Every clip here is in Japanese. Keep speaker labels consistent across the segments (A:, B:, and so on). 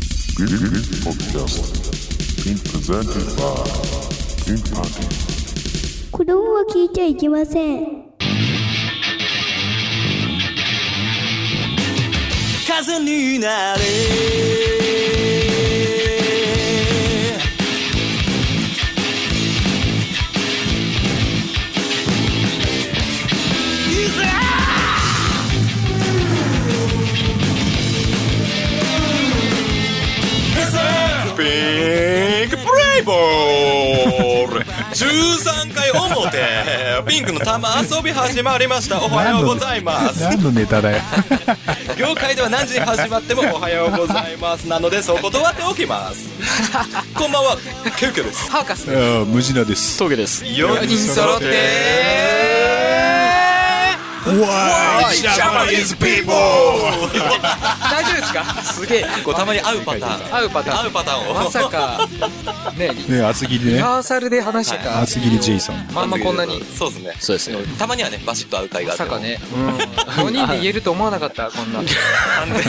A: This podcast being presented by Pink Party.
B: 子供は聞いちゃいけません。
C: 風になれいざピンクプレイボール13回表ピンクの玉遊び始まりましたおはようございます
D: 何のネタだよ
C: 業界では何時に始まってもおはようございますなのでそう断っておきます こんばんはケウケです
E: ハーカス
D: ああ無事なです
E: 峠です
C: 4
E: 4人揃って
C: Why
D: わ
C: Japanese people
E: 大丈夫ですかすげえ
C: こうたまに会うパターン
E: 合うパターン
C: 会うパターンを
E: まさかねリ
D: ね厚切りね
E: ハーサルで話してた
D: 厚切りジェイソン
E: まんまこんなに
C: そうですね
F: そうですね。
C: たまにはねバシッと会う会が
E: ま
C: あって
E: さ
C: も
E: かね4人で言えると思わなかったこんな
C: なん で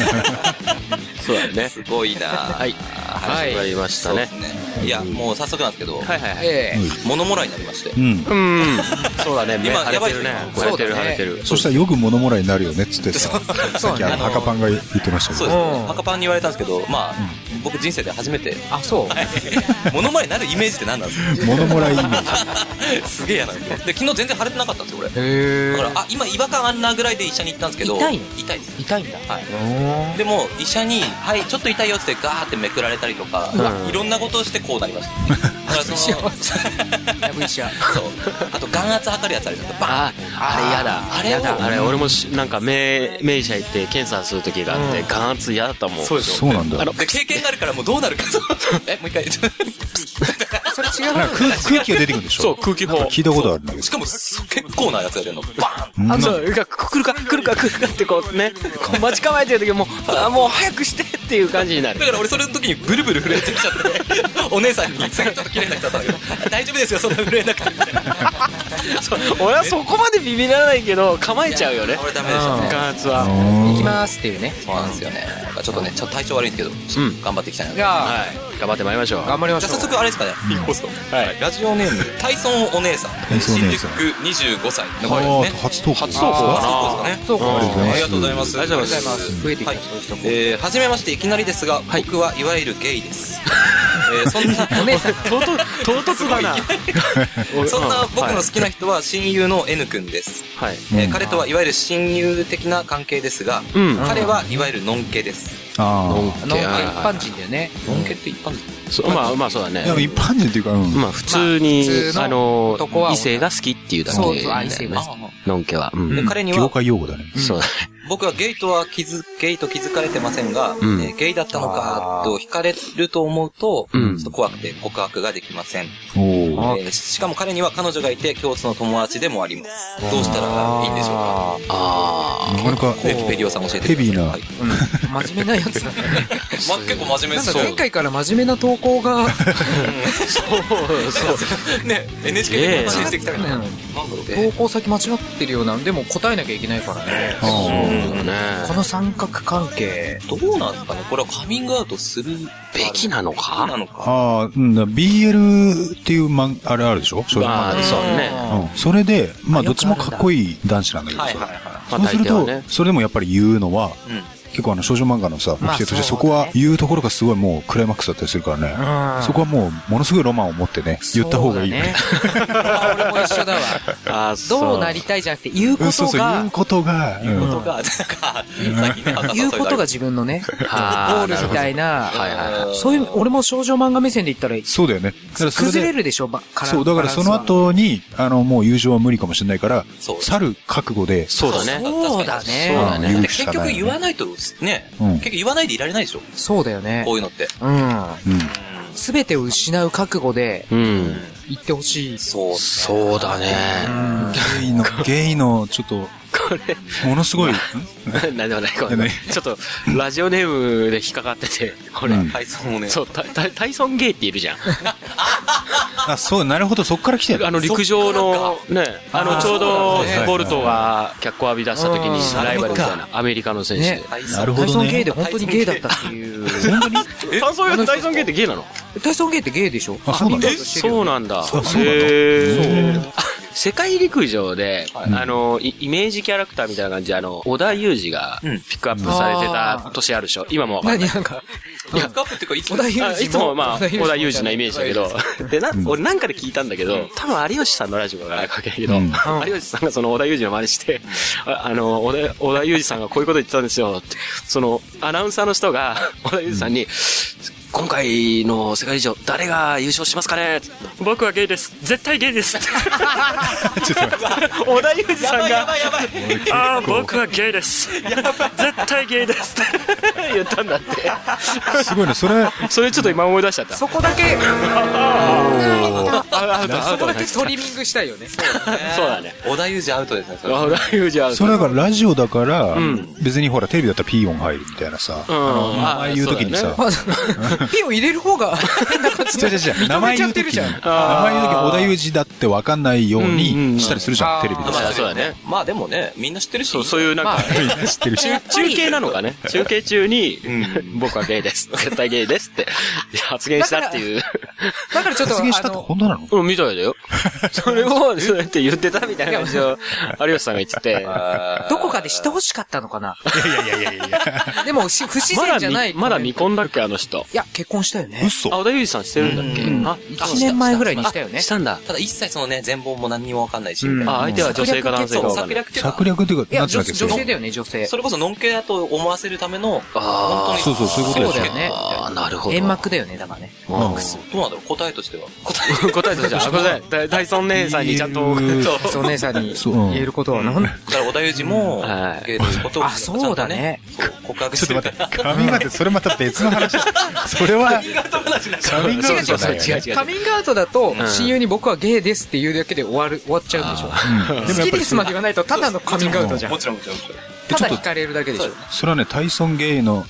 F: そうだね。
C: すごいなはい
E: はい
F: 始まりました
C: そうで
F: ね
C: す。ねいやもう早速なんですけど
F: いはいは。
E: ええ
C: 物もらいになりまして
D: うん
F: うん。そうだね。目
C: 今
F: 腫れてるね
C: やばい。
F: 腫れて
E: そうだ
F: る腫
E: ね
F: れてる。
D: そしたらよく物もらいになるよねっつってささっきあの
C: そうね
D: 赤パンが言ってましたけ
C: そう
D: ど
C: です
E: う
C: ね
E: ん
C: 赤パンに言われたんですけどまあ僕人生で初めて
E: あそう
C: 物もらいになるイメージって何なんですか
D: 物もらいイメージ
C: すげえやなで昨日全然腫れてなかったんですよ俺
E: へ
C: だからあ今違和感あんなぐらいで医者に行ったんですけど
E: 痛いの
C: 痛いです
E: 痛いんだ
C: はいでも医者に「はいちょっと痛いよ」っつってガーってめくられたりとかいろんなことをしてこうなりました だからその
E: 幸やぶ 医
C: そう
E: 者
C: あと眼圧測るやつあるじゃないですかバーン
F: あ、あれやだ。
C: あれを
F: やだ。あれ、俺もしなんか、名、名医者行って検査する時があって、眼圧嫌だったもん。
C: そうでし
D: そ
C: ょ
D: うなんだ
F: あの、
C: で経験があるからもうどうなるか えもう一回
E: それ違
D: な
E: う
D: ん
E: な
D: か空空気が出てくるんでしょ
F: そう、空気砲。
D: 聞いたことあるんだけど
C: しかもす結構なやつが出るのバーン
D: ん
F: あ、そう、が来るか、来るか、来るかってこうね、こう待ち構えてる時も、あ、もう早くしてっていう感じに なる
C: だ。から俺それの時にブルブル震えてきちゃってお姉さんにちょっと綺麗な人だったんだけど大丈夫ですよそんな震えなくてみたいな
F: 俺はそこまでビビらないけど、構えちゃうよね。
C: 俺ダメでしたね
F: 眼圧は。
E: 行きますっていうね
C: そうなんですよね。だからちょっとね、ちょっと体調悪いんですけど、
F: うん
C: 頑張っていきたいなと。
E: じ
C: じゃあ
E: ゃあ
F: はい。頑張ってまいりましょう。
E: 頑張りましょう
C: 早速あれですかね、
F: はい。
C: ラジオネーム、タイソンお姉さん。
D: イソンお
C: 新
D: 姉
C: 宿
D: さん
C: 25歳の
D: あ
C: 方
D: ー
C: ですね。
D: 初投稿
F: 初投稿
C: あ
F: かな。
C: そうですかね。
E: そうか
D: ありがとうございます
C: ありがとうございます。
F: あり
E: ありがとうございま
F: がとうござ
E: す増えてき
C: はい
E: たそういう人も、
C: えー、はじめまして、いきなりですが、僕はいわゆるゲイです。えーそんな、
E: お姉さん
F: 唐突唐突だな。
C: そんな僕の好
F: は
C: きな人は親友の N 君です。
F: いはい。
C: えー
D: うん
C: 彼とはいわゆる親友的な関係ですが、
F: うん
C: 彼はいわゆるノンケです。
D: あ
F: ノン
E: あ
F: ケ
E: の一
F: は
E: 般人だよね
C: ノンケって一般人
F: いそうまあまあそうだ
D: あでも
F: ね。
D: 一般人っていうかうん
F: まあ普通に
E: まあ普通の
F: あの
E: 男は
F: 異性が好きっていうだけ
E: そうそうあ
F: み
E: 異
F: た
E: 性
F: い
E: が
F: な
E: 好
F: ね。
E: き
F: ノンケは。う
C: で
F: ん。
C: 彼には
D: 業、界用語だね
F: そうだね。
C: 僕はゲイとは気づ、ゲイと気づかれてませんが、
F: ん
C: えーゲイだったのか、と惹かれると思うと、
F: うん
C: ちょっと怖くて告白ができません、
D: おお
C: えーしかも彼には彼女がいて共通の友達でもあります。どうしたらいいんでしょうか。
F: あ
D: なかなか
C: えーペリオさん教えてください。
D: ヘビーな
C: はい
E: 真面目なやつだね
C: まあ、結構真面目
E: なんか
C: そう。
E: 前回から真面目な投稿が、
F: あ。そうそう。
C: ね、NHK で話してきたけど、
E: う
C: なん
E: ん
C: だろう
E: 投
C: ね。
E: 稿先間違ってるようなでも答えなきゃいけないからね
D: あ
F: だ
E: こ
F: ね。
E: の三角関係
C: どうなんですかねこれはカミングアウトする
F: べきなのか
C: べきなのか
D: ああーうんだ BL っていうマンあれあるでしょ小説
F: まあそうね。
D: うんそれでまあどっちもかっこいい男子なんだけど
C: はいはい
D: さ
C: は。
F: ま
D: そう
F: あ
D: する
F: 大
D: と
F: 抵はね
D: それでもやっぱり言うのはい
C: うん。
D: 結構あの少女漫画のさ、
E: まあ
D: 特性として
E: そ
D: そうこ
E: だね
D: は言うところがすごいもうクライマックスだったりするから
E: う
D: ね
E: ん。
D: そこはもうものすごいロマンを持ってね、言った方がいいよね。
E: そうだね俺も一緒だわ
F: あそう。
E: どうなりたいじゃなくて言うこ
D: うん、
E: と
D: そうそう、
E: が
D: 言うことが。うん
C: ことが、なんか、最近ね、博士
E: 言
C: は
E: う
C: そ
E: ことが
C: れ
E: 自分のねゴー
F: あーなるほど
E: ルみたいな
F: はいはいはい。
E: そういう俺も少女漫画目線で言ったら
D: そうだよね。だからそれ
E: 崩れ
D: で、
E: るでしょばから
D: そう、だからその後に、あの、もう友情は無理かもしれないから
C: そう、
D: 去る覚悟で、
F: そうだ
E: バランス
F: ね。
E: はそうだ
F: そう
E: ね
F: だね
D: 言う
C: 結
D: しか
C: 局
D: ない
C: 言
D: よ
C: わ
D: ね。
C: ないと、ね、
D: うん
C: 結局言わないでいられないでしょ
E: そうだよね
C: こういうのって。
E: うん
D: うん。
E: すべてを失う覚悟で
F: うん。
E: 言ってほしい
C: そう。
F: そうだね。
D: ゲイの、ゲイの、ちょっと、
F: これ。
D: ものすごい、ん
F: 何でもない、ごめん
D: 何
F: ちょっと、ラジオネームで引っかかってて、これ。
D: うん
C: 体操もね。
F: そう、タタイソンゲイっているじゃん。
D: あ、そう、なるほど、そっから来てる。
F: あの陸上のね、あ
E: あ
F: の
E: ー
F: ちょ
E: そうな
F: うど
E: んですね
F: ボルトが脚光を浴び出した時に
E: うん
F: ライバルみたいなアメリカの選手
E: ね
F: で。。
D: なるほどね
E: タイソンゲイで本当にゲイだったっていう。
F: 炭素がダイソンゲーってゲイなの
E: タイソンゲイってゲイでしょ
D: あそうなんだ
E: アミンバとシェリ
F: そうなんだ。
D: そうそうなんだ
F: へーあ世界陸上で、あの、イイメージキャラクターみたいな感じで、あの、織田裕二がピックアップされてた年あるでしょ今もわかん
E: 何
F: ない。
E: なんか、
G: ピックアップっていうか、いつ
E: 小田裕
F: あい
E: 二
F: つもまあ、
E: 小
F: 織田裕二のイメージだけど、で、な、俺なんかで聞いたんだけど、多分有吉さんのラジオがかけないけど、
D: うん
F: 有吉さんがその織田裕二の真似して、ああの、織田織田裕二さんがこういうこと言ってたんですよって、その、アナウンサーの人が、織田裕二さんに、今回の世界陸上、誰が優勝しますかね僕はゲイです。絶対ゲイです。
D: ちょっと待って
F: 織田裕二さん
G: や
F: が、
G: ばいやばい。
F: ああ、僕はゲイです。絶対ゲイですって 言ったんだって。
D: すごいね、それ、
F: それちょっと今思い出しちゃった。
E: そこだけ、
F: あアウトア
E: そ
F: ウト
E: こだけトリミングしたいよね。
F: そうだね。
C: 小田裕二アウトですね、それ。
F: ライフじゃん。
D: それだからラジオだから、
F: ん
D: 別にほら、テレビだったらピーヨン入るみたいなさ、
F: うん。
D: 名前言うときにさ、
E: まあピンを入れる方が、変な感じ
D: 違う違う違う名前言うときに、名前言うときに、小田裕二だってわかんないようにしたりするじゃん、テレビで
F: あ
D: さ。
F: そうだね。
C: まあでもね、みんな知ってるし。
F: そう、そういうなんか、
D: 知ってるし。
F: 中中継なのかね。中継中に、僕はゲ イです。絶対ゲイですって発言したっていう。
E: だからちょっと、
D: 発言した
E: あ
D: って
E: の、
D: 本当なの
F: うん、みたいだよ。それを、そうやって言ってたみたいな感じを、有吉さんが言ってて。
C: あー
E: どこかでしてほしかったのかな。
D: いやいやいやいやいや。
E: でも、し不自
F: ま
E: 然
F: だ
E: じゃない。
F: み、まだ未婚だっけ、あの人。
E: いや、結婚したよね。
D: 嘘
F: あ、小田裕二さんしてるんだっけあ、
E: 1年前ぐらいにしたよ
F: あ
E: ね。
F: したんだ。
C: ただ一切そのね、全貌も何にもわかんないし、みたいな
F: あ、相手は女性か男性か
C: そう、
F: わかん
C: 策
F: ない。
C: 略っていうか
D: 策略っていうか、
E: いや、
D: なんつう
E: 女
D: んだっけ、
E: 女
D: その
E: 性だよね、女性。
C: それこそ、のんけだと思わせるための、
F: あ
C: 本当
D: そう
C: に。
D: そう、そういうこと
E: そ
D: でし
E: うだ
D: ょ
E: よね。
F: あ、なるほど。
E: 煙幕だよね、だからね。
D: うん
C: どうなんだろう答えとしては。答
F: 答えとしては、あごめんなさい。ダイソン姉さんにちゃんと。
D: 言える
F: そう
E: そう、お姉さんに
D: そううん
E: 言えることは、なん
C: えたら、小田裕二も
F: はい、
C: ゲイということを、
E: あそうだね
C: ちゃんとね。そう告白
D: ちょ
C: し
D: ってと
C: る
D: 待
C: から。
D: って、髪型、それまた別の話。それは、髪型じゃないよ
F: そうそうそう、違う
D: ね
F: 違う。
E: カミングアウトだと
F: ん、
E: 親友に僕はゲイですって言うだけで終わる、終わっちゃうでしょ。好きですまで言わないと、ただのカミングアウトじゃん
C: も。ちろん、もちろん。もちろん
E: ただ惹かれるだけでしょ。
D: それはね、タイソン・ゲイの、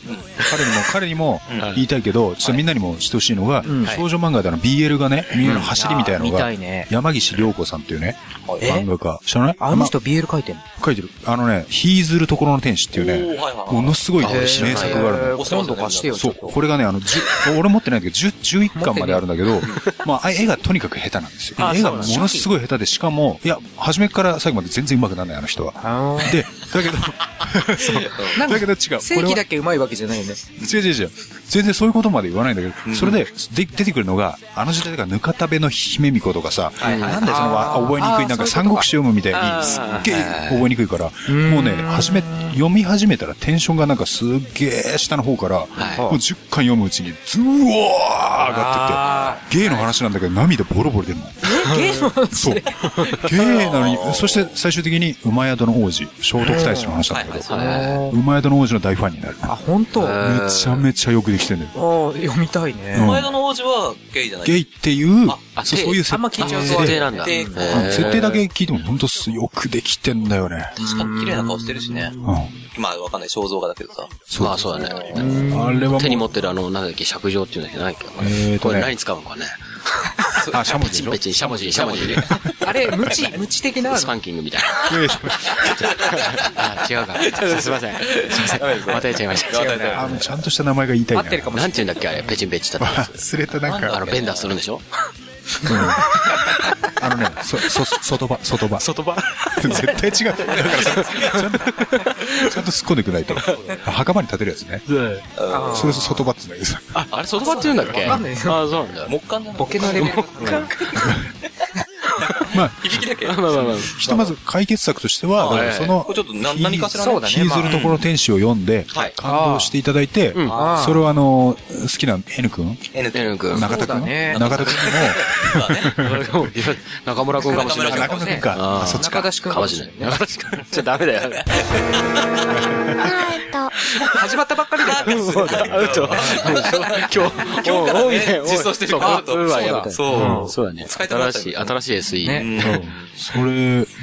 D: 彼にも、彼にも言いたいけど、ちょっとみんなにもしてほしいのが、少女漫画であの BL がね、BL の走りみたいなの
E: うんあ
D: が
E: ー見たいね、
D: 山岸涼子さんっていうね、
E: え
D: 漫画家。知らない
E: あの人 BL 書いてんの
D: 書いてる。あのね、ヒーズルところの天使っていう
C: おー
D: ね
C: はいはいは、い
D: ものすごい名
E: へー
D: 作があるの。
E: 今度貸してよ、ち
D: そ
E: ょ
D: う、
E: っと。
D: これがね、あの、じゅ俺持ってないんだけど、10 11巻まであるんだけど、まああ、絵がとにかく下手なんですよ。
F: あ
D: 絵が
F: そう
D: も
F: な
D: の
F: んだ
D: すごい下手で、しかも、いや、初めから最後まで全然上手くならない、あの人は。
E: あー
D: で、だけど、そう
E: なん
D: だ
E: か
D: けど違う。
E: 正
D: これ
E: 規
D: は
E: だけうまいわけじゃないよね。
D: 違う違う違う。全然そういうことまで言わないんだけど、それでで出てくるのが、あの時代だから、ぬかたべの姫巫女とかさ、なんでそのわ
E: あー
D: 覚えにくい、なん
E: あーそういうことか
D: か三国志読むみたい
F: あー
D: に、すっげえ覚えにくいから、もうね、始め、読み始めたらテンションがなんかすっげえ下の方から、もう10巻読むうちに、ズワー上がってって、ゲイの話なんだけど、涙ボロボ ロ出るの。
E: ゲイの
D: そう。ゲイなのに、そして最終的に、馬宿の王子、聖徳太子の話なんだけど、馬宿の王子の大ファンになる。
E: あ、本当。あ
D: めちゃめちゃよくできてんだよ。
E: ー読みたいね。
D: うん
C: 前田の王子はゲイじゃない。
D: ゲイっていう
C: あ、
F: あ
D: そう
F: ゲイ
D: そういう設
E: あんま聞いちゃう
F: 設
E: と。
F: 定なんだ。
C: で、
D: うん設定だけ聞いても本当すよくできてんだよね。
C: 確かに綺麗な顔してるしね。
D: うん。
C: まあわかんない、肖像画だけどさ。
F: まあそうだね。
D: あれはもう
F: 手に持ってるあの、なんだっけ、尺状っていうんだっけ、ないけど。
D: えーとね
F: これ何使うのかね。
D: あ、シャモ
F: ペ
D: ジ
F: チ
D: で
F: ンペチン、しゃもじ、しゃもじ。
E: あれ、無知、無知的な
F: スパンキングみたいな。あ、違うか。 すいません。すいません。またやっちゃいました。違う
D: あの、ちゃんとした名前が言いたい
E: 合
D: な。
E: ってるかもし
F: なんて言うんだっけ、あれ、ペチンペチンだ ったやつ。
D: 忘れたなん
F: あ
D: か、
F: の、ベンダーするんでしょ
D: あのね、そ、そ、外場、外場。
F: 外場
D: 絶対違う。だからそれちゃんと、ちゃんと突っ込んでくないと。袴に立てるやつね。それ外場って言うんだけどさ。
F: あ、あれ、外場って言うんだっけ
E: わか
F: あ、
E: んない
F: そうなんだ。
C: 木簡じゃない
E: ボケのレベル。
D: まあ、
C: 響きだけ。
F: まあまあまあ。
D: ひとまず解決策としては、だからその
C: これ、ちょっとな
D: ヒー
C: 何かしらね
E: そうだね
D: ヒーズルところの天使を読んで、
C: はい
D: 感動していただいて、
E: あー
D: それをあの、好きな N 君
C: N
F: エレン君。
D: 中田
E: そうだ
D: 君、
E: ね
D: 中田君
F: 中村君かもしれ
D: も、
F: ない。
D: 中田君か。あ、そっちか。
E: 中出し君
F: かもしれない。中田君。じゃダメだよ。
B: アート。
E: 始まったばっかりだから。
F: そうだアウト。今日、
C: 今日からね
F: おい
C: 実装してる
F: そう
C: アウト
F: これはやめたい
C: そう
F: うんそうだね。
C: 使いたくなったよ
F: 新しい、新しい SE。
E: ね。
D: それ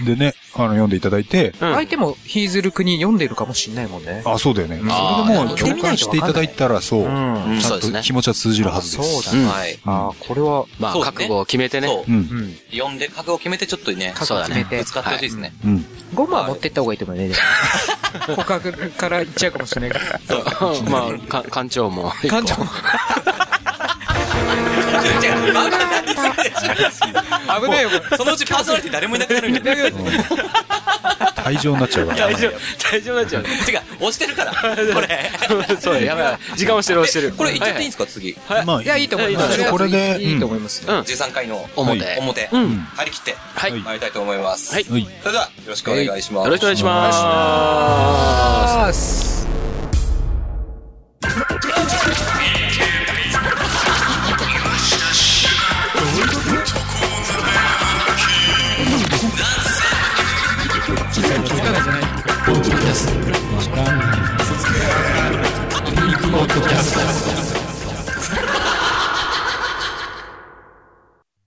D: でね、あの、読んでいただいて、
F: うん
E: 相手もヒーズル国読んでるかもしんないもんね。
D: あ、そうだよね。そ
F: あー
D: れでもう共感していただいたら、そう、
E: ん
D: ちゃ
F: そうんですね
D: と気持ちは通じるはずです。
E: そうだ
F: うん
E: ね。
C: はい。
E: あーこれは、
F: まあ、
C: そうね
F: 覚悟を決めてね。
C: そうう。
D: ん。
E: うん。
C: 呼んで、覚悟を決めてちょっとね、
E: 覚悟決めて
C: ぶつかってほしいですね。
D: うん。
E: ゴムは持ってった方がいいと 思うね。でも告白から言っちゃうかもしれないけど。
F: まあ、か館長も。
E: 館長も
C: じゃあ、バカになりすぎでし
E: 危ないよ、これ
C: ょそのうちパーソナリティ誰もいなくなるんだよ。違う、
D: 退場になっちゃうから。
F: 大丈夫、大丈夫になっちゃう
C: 押してるから、これ。
F: ね。 そう、やばい。時間押してる押してる。
C: これ、いっちゃっていいんですすか、次。
D: まあ、
E: いや、いいと思いま
D: いい
E: す。
D: と思います
E: とりあえず
D: これで
E: いいと思います。
F: うん。
C: 13回の
F: 表。
D: は
C: 表、
F: うん。
C: 張り切って、
F: はい。
D: はい
F: よ
C: 参りたいと思います。
F: はい
C: そ
D: はい。
C: れでは、よろしくお願いします。
F: ろしくお願いします。
E: あー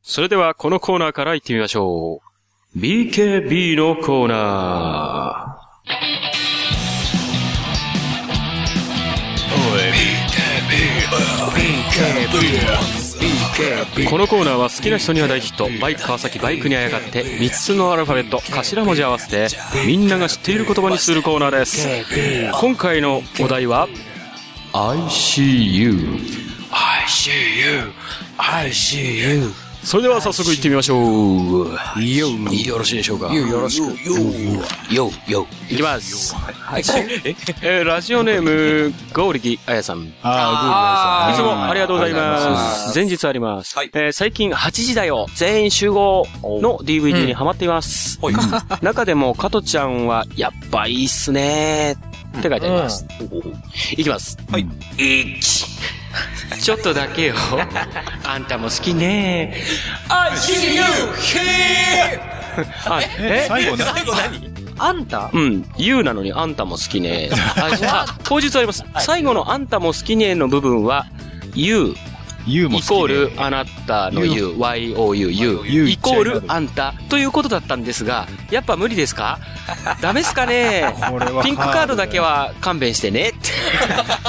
F: それでは、このコーナーから行ってみましょう。BKB のコーナー。このコーナーは好きな人には大ヒット、バイク川崎バイクにあやがって、3つのアルファベット、頭文字合わせて、みんなが知っている言葉にするコーナーです。今回のお題は、I see you. I see you. I see you. それでは早速行ってみましょう。よよろしいでしょうか。よろしく。よよいきます。 えーラジオネーム、ゴーリキあやさん。い
D: あ
F: つ
D: ー、ゴールドさん
F: もありがとうございます。前日あります。えー最近8時だよ全員集合の DVD にハマっています。 中でも、加トちゃんは、やっぱいいっすねーって書いてあります。いきます。はい。ちょっとだ けよ。あんたも好きねー。I see you here! あ
D: え
F: え
D: 最後ね。
E: あんた
F: うん。You なのにあんたも好き ねー。あ、あ当日あります。最後のあんたも好きねーの部分は、You
D: ユーも
F: イコ
D: 好きで
F: ールあなたの U、YOU、U
D: 言っ
F: イ
D: ちゃ
F: コ
D: いま
F: ー
D: す
F: ルあんたということだったんですが、やっぱ無理です かダメですかね
D: これは
F: ピンクカードだけは勘弁してね。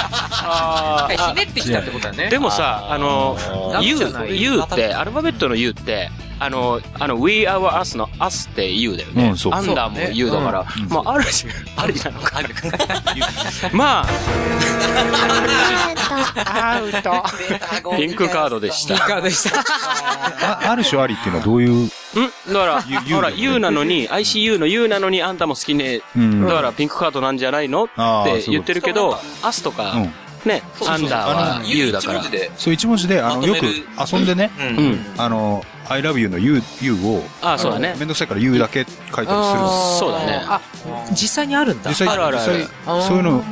E: あひねってきたってことだね。
F: でもさ、あの、
E: ーダメ
F: U
E: じゃな、い
F: U って、アルファベットの U って、あの、あの、We Are Us の Us って U だよね。
D: うんそう
F: アンダーも U だから、まあ、ある種、ありなのか。まあ、ピンクカードでした。
E: カードでした。
D: あある種ありっていうのはどういう、
F: んだから、
D: You- You
F: ほら、
D: だよね
F: U なのに、ICU の U なのに、あんたも好きね。
D: うん
F: だから、ピンクカードなんじゃないのっ
D: あー
F: て言ってるけど、アスとか
D: うん、
F: ね、アンダーは
D: あの
F: U だから
C: 一文字。で
D: そう一文字で、あ
C: ま
D: の、
C: と
D: よ
C: め
D: く
C: る
D: 遊んでね、
C: うん
F: うん。
D: あの、I love you の you, you を、
F: あーそうだね
D: あのめんどくさいから you だけ書いたりするの。
F: そうだね
E: あ、実際にあるんだ。
D: 実際、
F: あるあるある
D: 実際そういうの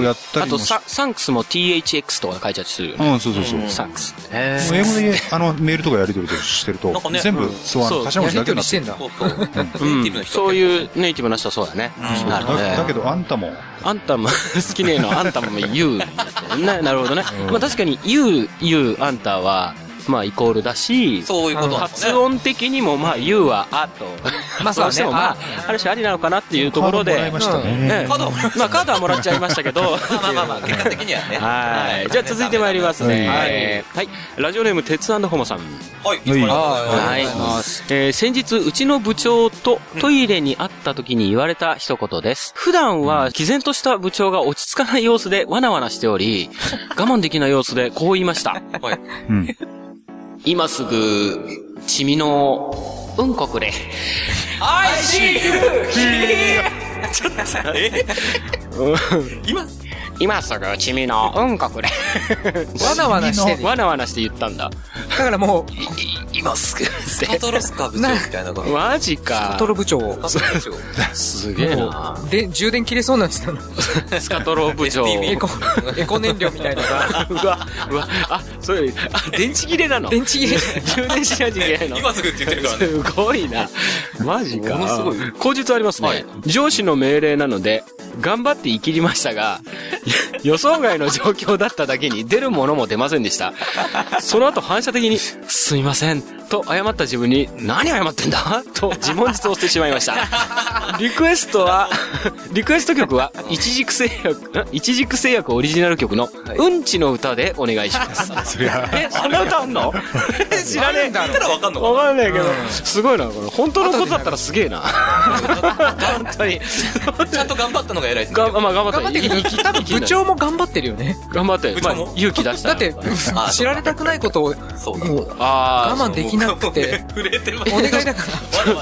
D: をやった
F: あ
D: りも
F: と、
D: し
F: ササンクスも THX とか書いちゃってするよね。
D: うん、そうそうそう。
F: サンクスって。
E: へ
D: もう英語で、あの、メールとかやり取りしてると
C: なんかね、
D: 全部、そう、あ
F: そ
D: の
F: う
D: 頭
E: ー
D: 文
E: や
D: 字だ
E: り
D: けにな
E: とり
D: っ
E: して
D: る
E: てんだ。
C: そうそう。ネイテ
F: う
C: ィブの人
F: ん。そういうネイティブな人はそうだね。なるほど
D: だだけ
F: ね。
D: ど、あんたも、
F: あんたも好きねえの、あんたも U になってるね。なるほどね。まあ確かに U、U、あんたは、まあイコールだし、
C: そういうことなんです
F: 発
C: ね。
F: 音的にも、まあ、U は、あと。
E: まあ
F: どし
E: そ
F: ても
E: うね
F: まあ、ある種ありなのかなっていうところで。
D: カードもらいましたね。
F: ええまあ、カードはもらっちゃいましたけど。
C: まあまあまあ、結果的にはね。
F: はい。じゃあ続いてまいりますね。
D: は
F: はい。ラジオネーム、鉄アンドホモさん。
C: はい、いつもありがとうございます。
F: はい。えー先日、うちの部長とトイレに会った時に言われた一言です。普段は、毅然とした部長が落ち着かない様子でわなわなして おり、我慢できない様子でこう言いました。
C: はい
D: うん。
F: 今すぐ、チミの、うんこくれ。今すぐ、チミの、うんこくれ。
E: わなわなしてる。
F: わなわなして言ったんだ。
E: だからも
F: 今すぐっ
C: スカトロスカ部長みたいなこと。
F: て。 マジ
E: う、
F: か
E: ト。ロ部長、
C: スカトロスカ部
F: すげえな。
E: で、充電切れそうなんつったの。
F: スカトロ部 長。
E: エコ、エコ燃料みたいなの が。
F: うわ、うわ、あ、それ、あ、電池切れなの
E: 電池切れ。
F: 充電しないといけないの
C: 長。今すぐって言ってるからね。
F: すごいな。マジか。
C: ものすごい
F: 口述ありますね。上司の命令なので、頑張って生きりましたが、 予想外の状況だっただけに出るものも出ませんでした。その後反射的に、すみません、と謝った自分に、何謝ってんだと自問自答してしまいました。リクエストは、 リクエスト曲は、一軸製薬、ん一軸製薬オリジナル曲の、うんちの歌でお願いします。え、そんな歌あん の知らねえ。
C: 言ったらわかんのか
F: わかんないけど、すごいな、これ。本当のことだったらすげえな。本当に。
C: なちゃんと頑張ったのが偉いですね
F: が。まあ、頑張った。
E: 頑張って生き、多分部長も頑張ってるよね。
F: 頑張って
C: 部、長
F: まあ
C: も、
F: 勇気出した。
E: だって、知られたくないことを、
C: そうだ
E: もう
F: あ
E: 我慢できなくて、
C: 触れてま
E: お願いだか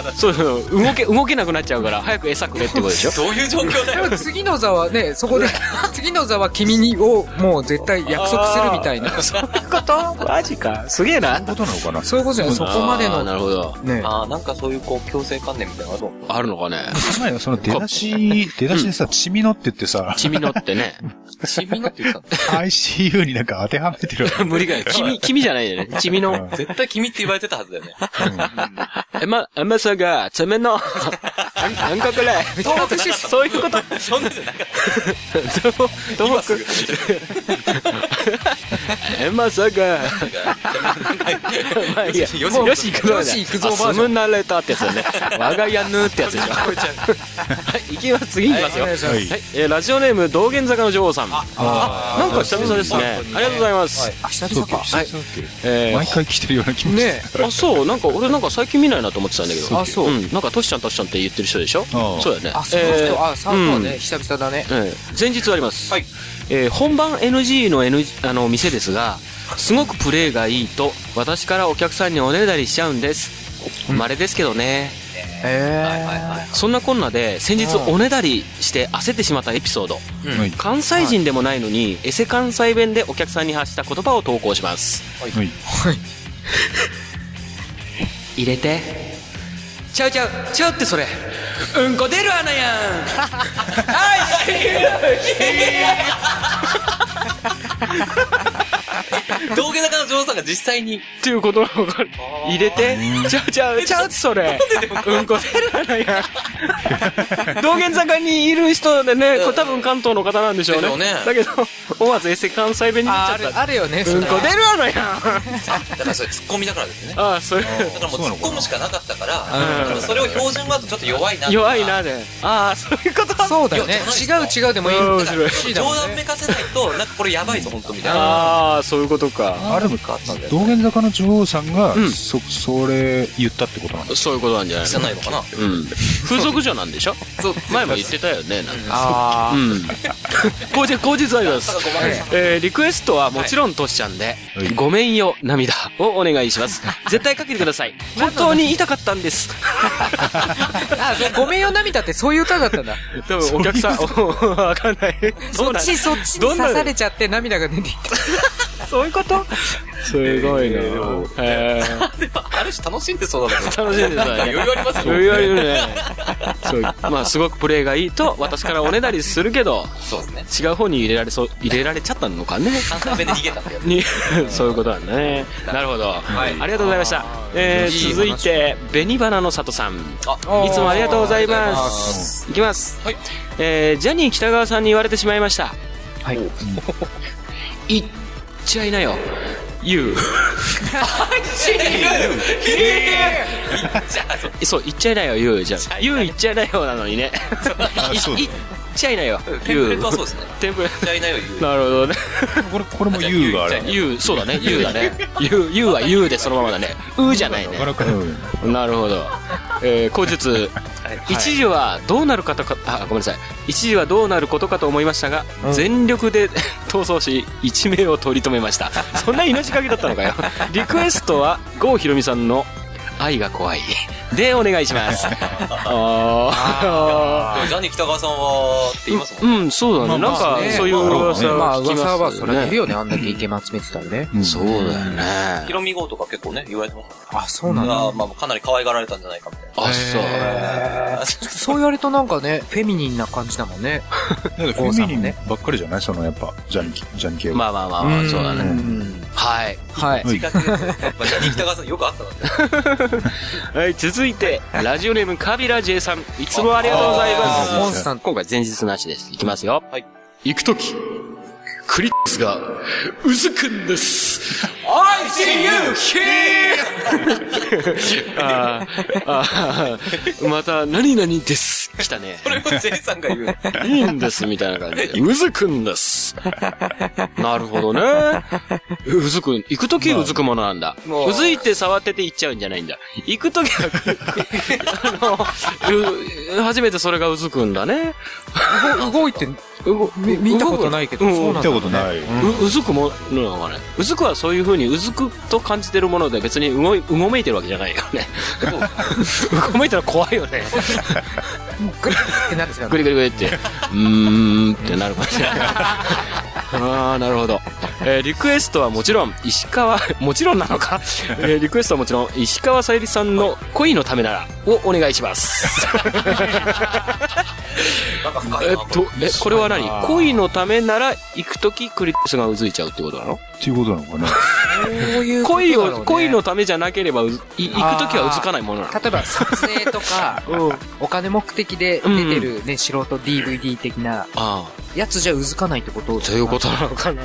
F: あ、そうそう、動け、動けなくなっちゃうから、早く餌くれってことでしょ
C: どういう状況だ
E: ら。多
C: よ。
E: 分次の座はね、そ こで、次の座は君にをもう絶対約束するみたいな。
F: ことマジか。すげえな。
D: ことなのかな
E: そういうことじゃない、そこまで
F: あーな
E: の。
F: るほど。
E: ね。
C: ああ、なんかそういうこう、強制観念みたいなのあるの
F: あるのかね。
D: 前はその出だし、出だしでさ、ちみのって言ってさ、
F: チミノってね。
C: シミのって言って
D: ICU になんか当てはめてる。
F: 無理かよ。君、君じゃないよね。チミ ノ。
C: た絶対君って言われてたはず だよね。
F: え、ま、甘さが、爪 の、あん、あんかくらい。東北出身。 そういうこと。
C: そんなじゃなかっ
F: 東北。 え、まさか。まあいいや。
C: よし
F: よし行くぞ。
E: よし行くぞバージョン
F: あ住むなれたってやつ だね。我が家ぬってやつでしょ。はい、行きます。次行きますよ。
E: お
F: は
E: 願い
F: い
E: します。
F: えー、ラジオネーム、道玄坂の女王さん。あ、なんか久々ですね。ありがとうございます。
E: あ、久々か。
F: はい。えー
D: 毎回来てるような気持ち。
E: ね
F: あ、そう、なんか俺なんか最近見ないなと思ってたんだけど。
E: あそう
F: うん、なんかトシちゃんトシちゃんって言ってる人でしょ
D: ああ
F: そうだよね。
E: あ、そう
F: えー
E: 人、あ、サーフ
F: う
E: ね、久々だね。
F: ええ前日あります、えー本番 NG の NG あの店ですがすごくプレーがいいと私からお客さんにおねだりしちゃうんですまれですけどね
E: へ
F: そんなこんなで先日おねだりして焦ってしまったエピソード
D: はい。
F: 関西人でもないのにエセ関西弁でお客さんに発した言葉を投稿します
D: はい。
F: 入れてちゃうちゃうちゃうってそれうんこ出る穴やんはい
C: た。道下坂の女王さんが実際に、
F: っていうことなのか入れて、ちゃうちゃう、ちゃうってそれ。うんこ出るやないや。道玄坂にいる人でね、これ多分関東の方なんでしょう
C: でし
F: ね。
C: ょうね
F: だけど、思わずエセ関西弁にな
E: あ、
F: っ
E: あ
F: ちゃっ
E: る、
F: た。
E: あるよね、
F: うんこ
E: れ
F: 出るやないや。
C: だからそれ突っ込みだからですね。
F: ああ、それ、
C: だからもう突っ込むしかなかったから、多分それを標準語だとちょっと弱いな。
F: 弱いな。で。ああ、そういうこと
E: そうだよね。
C: い
E: 違
C: や
E: う違うでもいい。
F: うん
C: だ
F: 面
C: から
F: 白い
E: いいだ
C: 冗
E: ろうね
C: 談めかせないと、なんかこれやばいぞ、本当みたいな。
F: ああ、そういうことか。
D: あれも、道玄坂の女王さんが、
F: うん
D: そ、それ言ったってことなんだ。
F: そういうことなんじゃない
C: じゃないのかな。
F: うん。風俗嬢なんでしょ前も言ってたよね、なんか。
E: あ
F: う
E: ー
F: ん。後日、後日あります。えーリクエストはもちろんトシちゃんで、
D: はい
F: ごめんよ、涙をお願いします。絶対かけてくだ さい。本当に痛かったんです。
E: あ、そうごめんよ涙ってそういう歌だったんだ。
F: 多分お客さん、おわかんない。
E: そ
F: どう
E: っ
F: なん
E: ち、そっちに
F: どんな
E: 刺されちゃって涙が出てきた。
F: そういうことすごいな。え
C: ある種楽しんでそうだ もん。
F: ー楽しんでたね。
C: 余裕ありますよ。
F: 余裕あるよね。そうまあ、すごくプレーがいいと、私からおねだりするけど、
C: そうですね。
F: 違う方に入れられそう、入れられちゃったのかね。
C: 関西弁で逃げたんだよ。
F: に そういうことなんだねなるほど、ありがとうございました、えー
E: いい話
F: 続いて紅花の里さんい
C: あ、
F: つもありがとうござい
C: ありがとうござい
F: ま
C: ます
F: いきます、
C: はい
F: えージャニー北川さんに言われてしまいました
E: はい
F: うん言っちゃいなよ You そう言っちゃいなよ You じゃん You 言っちゃいなよなの にねい
D: そうだ
F: 言っちゃいなよ
C: テンプレ
F: You
C: ートはそうですね。
F: テンプレ
C: じゃいないよ、言う。
F: なるほどね
D: これ、これも言うがあれ。
F: ゆう、そうだね、ゆうだね。ゆう、ゆうはゆうでそのままだね。うじゃないね。
D: うん
F: なるほど。えー、後日、一時はどうなるかとか、あ、ごめんなさい。一時はどうなることかと思いましたが、全力で 逃走し、一命を取り留めました。そんな命がけだったのかよ。リクエストは、郷ひろみさんの、愛が怖い。で、お願いします。あ
C: でもジャニー北川さんは、って言いますもん
F: ー。うん、そうだね。なんか、そういう噂
E: まあ
F: は聞きます
E: 噂はそれはいるよね、あんだけイケメン集めてたら ね。
F: そうだよね。
C: ヒロミ号とか結構ね、言われてます。
E: あ、そう
C: あ
E: なんだ。
C: ーまあ、かなり可愛がられたんじゃないかみたいな。
F: あ、そう。
E: そう言われるとなんかね、フェミニンな感じだもん ね。
D: だってフェミニンばっかりじゃないそのやっぱ、ジャニキ、ジャニ系は。
F: まあまあまあまあ、そうだね。
E: ん。
F: はい。
E: はい。
D: はい
C: 近くで。まあ、ジャニー喜多川さんよくあったなって。
F: はい、続いて、ラジオネームカビラ J さん。いつもありがとうございます。
E: あーモンスター
F: 今回前日なしです。いきますよ。
C: はい。
F: 行くとき、クリックスが、うずくんです。
E: I see you here!
F: あーあー、また、何々です。来た ね。
C: これをジェイさんが言うの。
F: いいんです、みたいな感じ で。うずくんです。なるほどね。うずくん、行くときうずくものなんだ。うずいて触ってて行っちゃうんじゃないんだ。行くときは、あのう、初めてそれがうずくんだね。
E: 動動いて、
F: う
E: み見たことないけど、
F: うん
E: そう
D: 見
E: なん
D: た
E: だ。
D: ことない。
F: ううずくものなのかねうずくはそういうふうにうずくと感じてるもので別にうごいうごめいてるわけじゃないよね。 うごめいたら怖いよね。
E: グリってなってた
F: グリグリグリって、うーんってなるかもしれない。ああ、なるほど。えーリクエストはもちろん、石川、もちろんなのか、えーリクエストはもちろん、石川さゆりさんの恋のためならをお願いします。
C: なんか深い
F: えっ、
C: な。こと
F: え、これは何恋のためなら行くときクリップスがうずいちゃうってことなの
D: っていうことなの かな。
E: そういうことだろうね
F: 恋を、恋のためじゃなければうず、い行くときはうずかないものなの
E: 例えば撮影と か、お金目的で出てるね、素人 DVD 的な
F: あ
E: やつじゃうずかないってこと
F: あ、ということなのかな。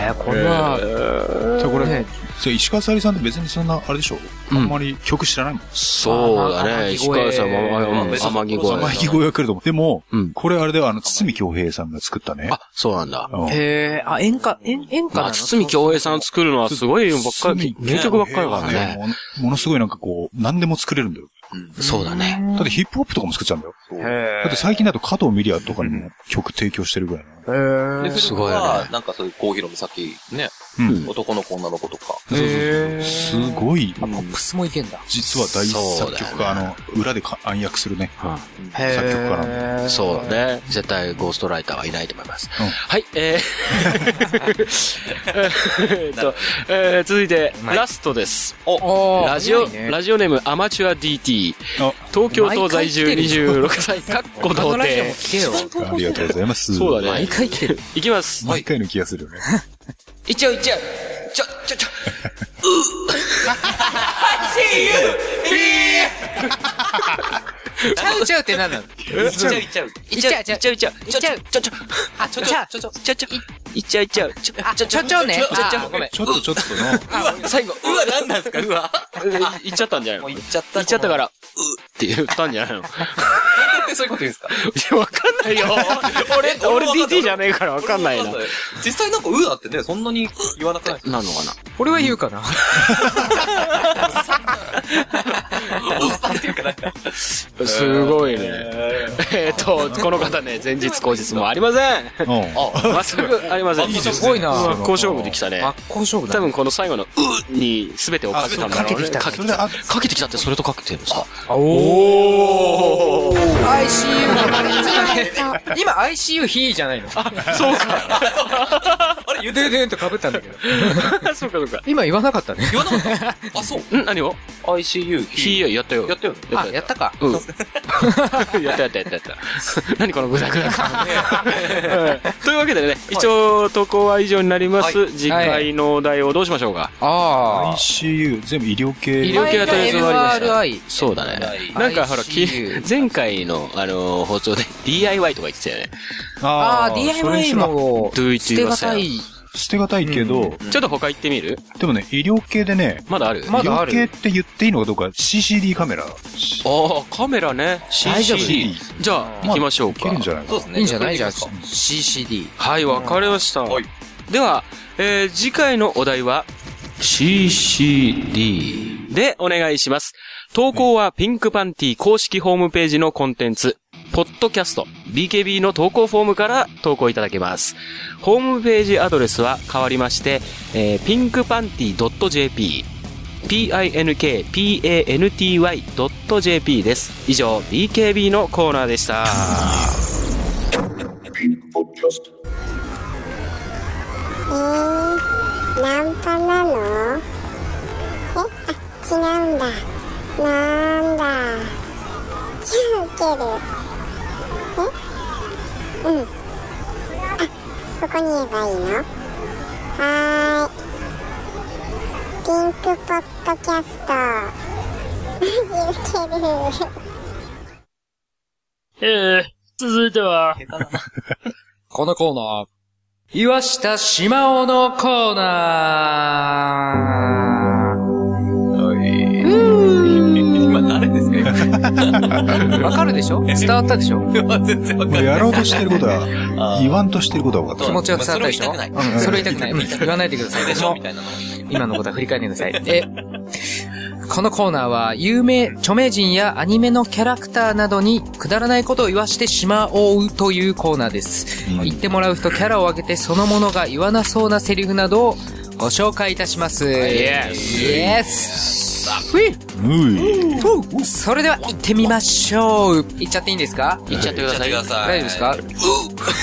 E: えー、こんな、
D: じゃあこれ、
E: ね
D: じゃあ石川さゆりさんって別にそんな、あれでしょあ
F: うん
D: んまり曲知らないもん。
F: そうだ
E: あ
F: ね。
E: ー
F: 石川さんも、あ
E: 天城
F: う
E: 越
F: ん天城
D: 生
F: 越
D: 意気声が来ると思う。でも
F: うん、
D: これあれでは、あの、堤京平さんが作ったね
F: え。。あ、そうなんだ。
D: うん
E: へえ、あ、演歌、演演歌
F: ま
E: な
F: あ、
E: の
F: 堤京平さんを作るのはすごいばっかり、
D: 堤
F: 名曲ばっかりだから
D: 平は
F: ね。
D: ものものすごいなんかこう、何でも作れるんだよ。
F: そうだね。
D: だってヒップホップとかも作っちゃうんだよ。だって最近だと加藤ミリアとかにも曲提供してるぐらいなの。
C: で、
F: す
C: す
F: ご
C: ご
F: い
C: い
F: よね
C: なんかそういうコーヒーの岬、ね。
D: うん
C: 男の子、女の子とか。
E: へえ。
D: すごい、
E: あ、ポップスもいけんだ。
D: 実は大作曲家、あの、裏でか暗躍するね。
E: へー
D: 作曲家なんだ
F: そうだね。絶対ゴーストライターはいないと思います。
D: うん
F: はい、え ーえーっ と、えー続いて、ラストです。
E: お
F: ラジオ、
E: ジ
F: ラジオネームアマチュア DT。
D: あ、
F: 東京都在住
E: 毎回来てる
F: 26歳、 かっこ
E: こ
F: 童
E: のラジオも
F: 貞。
E: 聞けよ。
D: ありがとうございます。
F: そうだね。
E: 毎回来てる。
F: いきます。
D: 毎回の気がするよね。
C: いっちゃういっちゃうちょ、ちょ、ちょ。
E: ちゃうちゃうって何なの
C: いっちゃういっちゃう。
E: いっちゃうちゃう。
F: いっちゃういっちゃう
E: いっ
F: ちょちょ
E: あ、ちょちゃう。
C: ちょ、ちょ、ちょ、
F: ちょちょいっちゃういっちゃうちょ
E: あ、ちょちょちょね。
F: ちょちょ
E: あごめん。
D: ちょっとちょっとの、
F: 最後
C: うわ、なんなんすかうわ。
F: いっちゃったんじゃないの
C: もう
F: い
C: い
F: っ
C: っちゃった。。
F: ちゃったからら、うって言ったんじゃ ないのい
C: なんでそういうこと言うんですか
F: や、わかんないよ。俺、 俺 DT じゃねえからわかんないな。
C: 俺もわか実際なんか、うだってね、そんなに言わなくない
F: なのかな
E: 俺は言うかな。
C: おっさんっていうかなんか。
F: すごいね。えーっと、この方ね、前日後日もありません。
D: うん。
F: 全くありません。
E: すごいな。
F: 真
E: 真
F: っ向勝負できたね。
E: っ向勝負だ
F: 多。分この最後の、うに全てをかけたんだろうね。
D: それで、あ、
F: かけてきたってそれとかけてるんですか
E: おお ICU ちょっと待って今 ICU ヒーじゃないの
F: そうか。
E: あれゆでゆでんと被ったんだけど
F: そうかそうか。
E: 今言わなかったね
C: 言わなかったあ、そう。
F: ん何を
C: ICU、
F: ひや、やったよ。
C: やったよね。
E: あやったか
F: うん。 やったやったやったやった。何このグダグダ 感。うんというわけでね、一応投稿は以上になります。次回のお題をどうしましょうか。
E: あ
D: ICU、全部医療
F: 医
D: 系。
F: 療系はとりあえず終わりま
E: MRI
F: した。そうだね。なんかほら、き
E: ICU
F: 前回の、あのー、放送で DIY とか言ってたよね。
E: あ
D: そ
E: あ
D: れに
E: DIY
D: する
E: も
F: どう言っ
E: 捨
F: て
E: て
F: 言いま
E: が
F: すよ
E: たい
D: 捨てがたいけど、
F: ちょっと他行ってみる
D: でもね、医療系でね、
F: まだある
D: 医
E: まだあ
D: 療
E: る
D: 系って言っていいのかどうか、CCD カメラ。
F: ああ、カメラね。
E: 大丈夫
F: CCD。じゃあ、行きましょう
D: いけ
F: か
D: るん。じゃないか
C: そうですね。
E: いいんじゃないじゃあ
C: これでいいですか
E: CCD
F: はい、わかりました。
C: はい
F: では、えー次回のお題は、CCD でお願いします。投稿はピンクパンティ公式ホームページのコンテンツ、ポッドキャスト BKB の投稿フォームから投稿いただけます。ホームページアドレスは変わりまして、えー、pinkpanty.jp pinkpanty.jp です。以上、BKB のコーナーでした。
A: Pink Podcast.
H: えー、ナンパなのえあ違うんだなんだじゃあウケるえうんあここに言えばいいのはーいピンクポッドキャスト。 マジウケる。
I: えー、続いては、
E: このコーナー、岩下しまおのコーナ
C: 今誰ですか
E: ー。わかるでしょ伝わったでしょ
C: 今全然わかん
D: も
C: な
D: う
C: い。
D: やろうとしてることは、言わんとしてることは分かっ
E: 気持ちは伝わったでしょ
C: まあそれは言いたくない
E: それ言いたくない。言わないでください。
C: でしょみたいなの。
E: 今のことは振り返ってください。え、このコーナーは、有名、著名人やアニメのキャラクターなどにくだらないことを言わしてしまおうというコーナーです。言ってもらう人キャラを挙げて、そのものが言わなそうなセリフなどをご紹介いたします。イエスイエスふい
D: た。ぬい。
E: それでは行ってみましょう行っちゃっていいんですか
F: 言っちゃってく
C: 言
F: だ
C: っちゃっ
F: さ
C: て
F: い
C: く。ださい。
E: 大丈夫ですか
C: またさ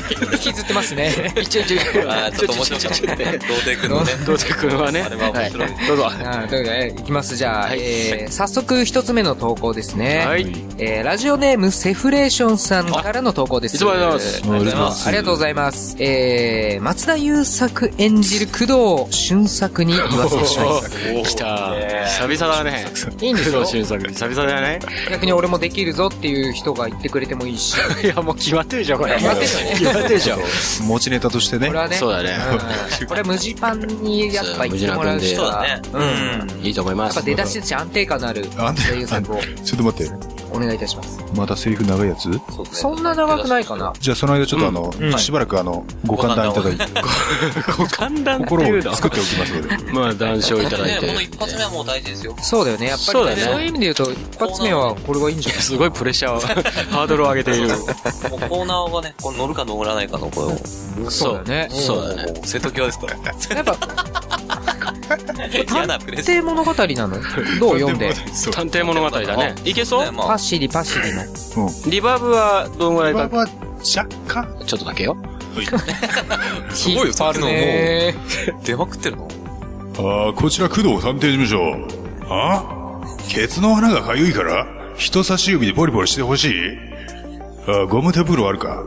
C: っきの
E: 引きずってますね。
F: ちょいちょいちょい
C: あーちょっと面白かったね。童貞くんのね。
F: どうてくんはね。
C: あれは面白い。
F: どうぞ。
E: はいということで、いきます。じゃあ、
F: はい
E: えー、早速一つ目の投稿ですね。
F: はい。
E: えー、ラジオネームセフレーションさんからの投稿です。
F: いつもありがとうございます
D: ありがとうございま
E: ありがとうございます。えー、松田優作演じる工藤俊作に言わせてしまい ます。
F: 来た。久々だね。
E: いいんです
F: 工
E: よ
F: 藤。俊作。久々だね。
E: 逆に俺もできるぞっていう人が言ってくれてもいい し。
F: いや、もう決まってるじゃん、これ。
E: 決まってるよね
F: 決まってるでしょ。
D: 持ちネタとしてね
E: これ。はね。
F: そうだね
E: うんこれは無地パンにやっぱ言ってもらうし
C: そう
E: か
C: だね。
E: うん。
F: いいと思いま
E: やっ
F: す
E: ぱ。出だしだし安定感のある
D: あ
E: 松
D: ん
E: 田優
D: た、あん
E: 作を
D: ちょっと待って。
E: お願いいたします。
D: またセリフ長いやつ
E: そんな長くないかな
D: じゃあその間ちょっとあの、
E: ん
D: しばらくあの、ご勘断いただいて、
F: ご寒暖って
D: 心
F: い
D: を
F: うの
D: 作っておき ますので。
F: まあ、談笑いただ
C: ね
F: い、
C: この
F: て。
C: 一発目はもう大事ですよ。
E: そうだよね。やっぱり
F: そうだね
E: そういう意味で言うと、一発目はこれはいいんじゃない
F: すごいプレッシャーを、ハードルを上げている。
C: もうコーナーはね、この乗るか乗らないかの、これを。
E: そうだよね
F: そうだね。
C: もう瀬戸際ですから。
E: やっぱ、
C: 嫌なプレッ
E: 探
C: シャ
E: 偵物語なのどう読んで。
D: そう。
F: 探偵物語だね。いけそ
C: ーね。
F: う
C: ま
E: パ
C: あ、
E: シリパシリの。
F: リバーブはどんぐらい
D: まあ
F: か
D: まあ、若干、
F: ちょっとだけよ。
C: すごいよ、さっきのもう、
E: ね
C: 出まくってるの。
D: ああ、こちら工藤探偵事務所。あケツの穴がかゆいから、人差し指でポリポリしてほしいあーゴム手袋あるか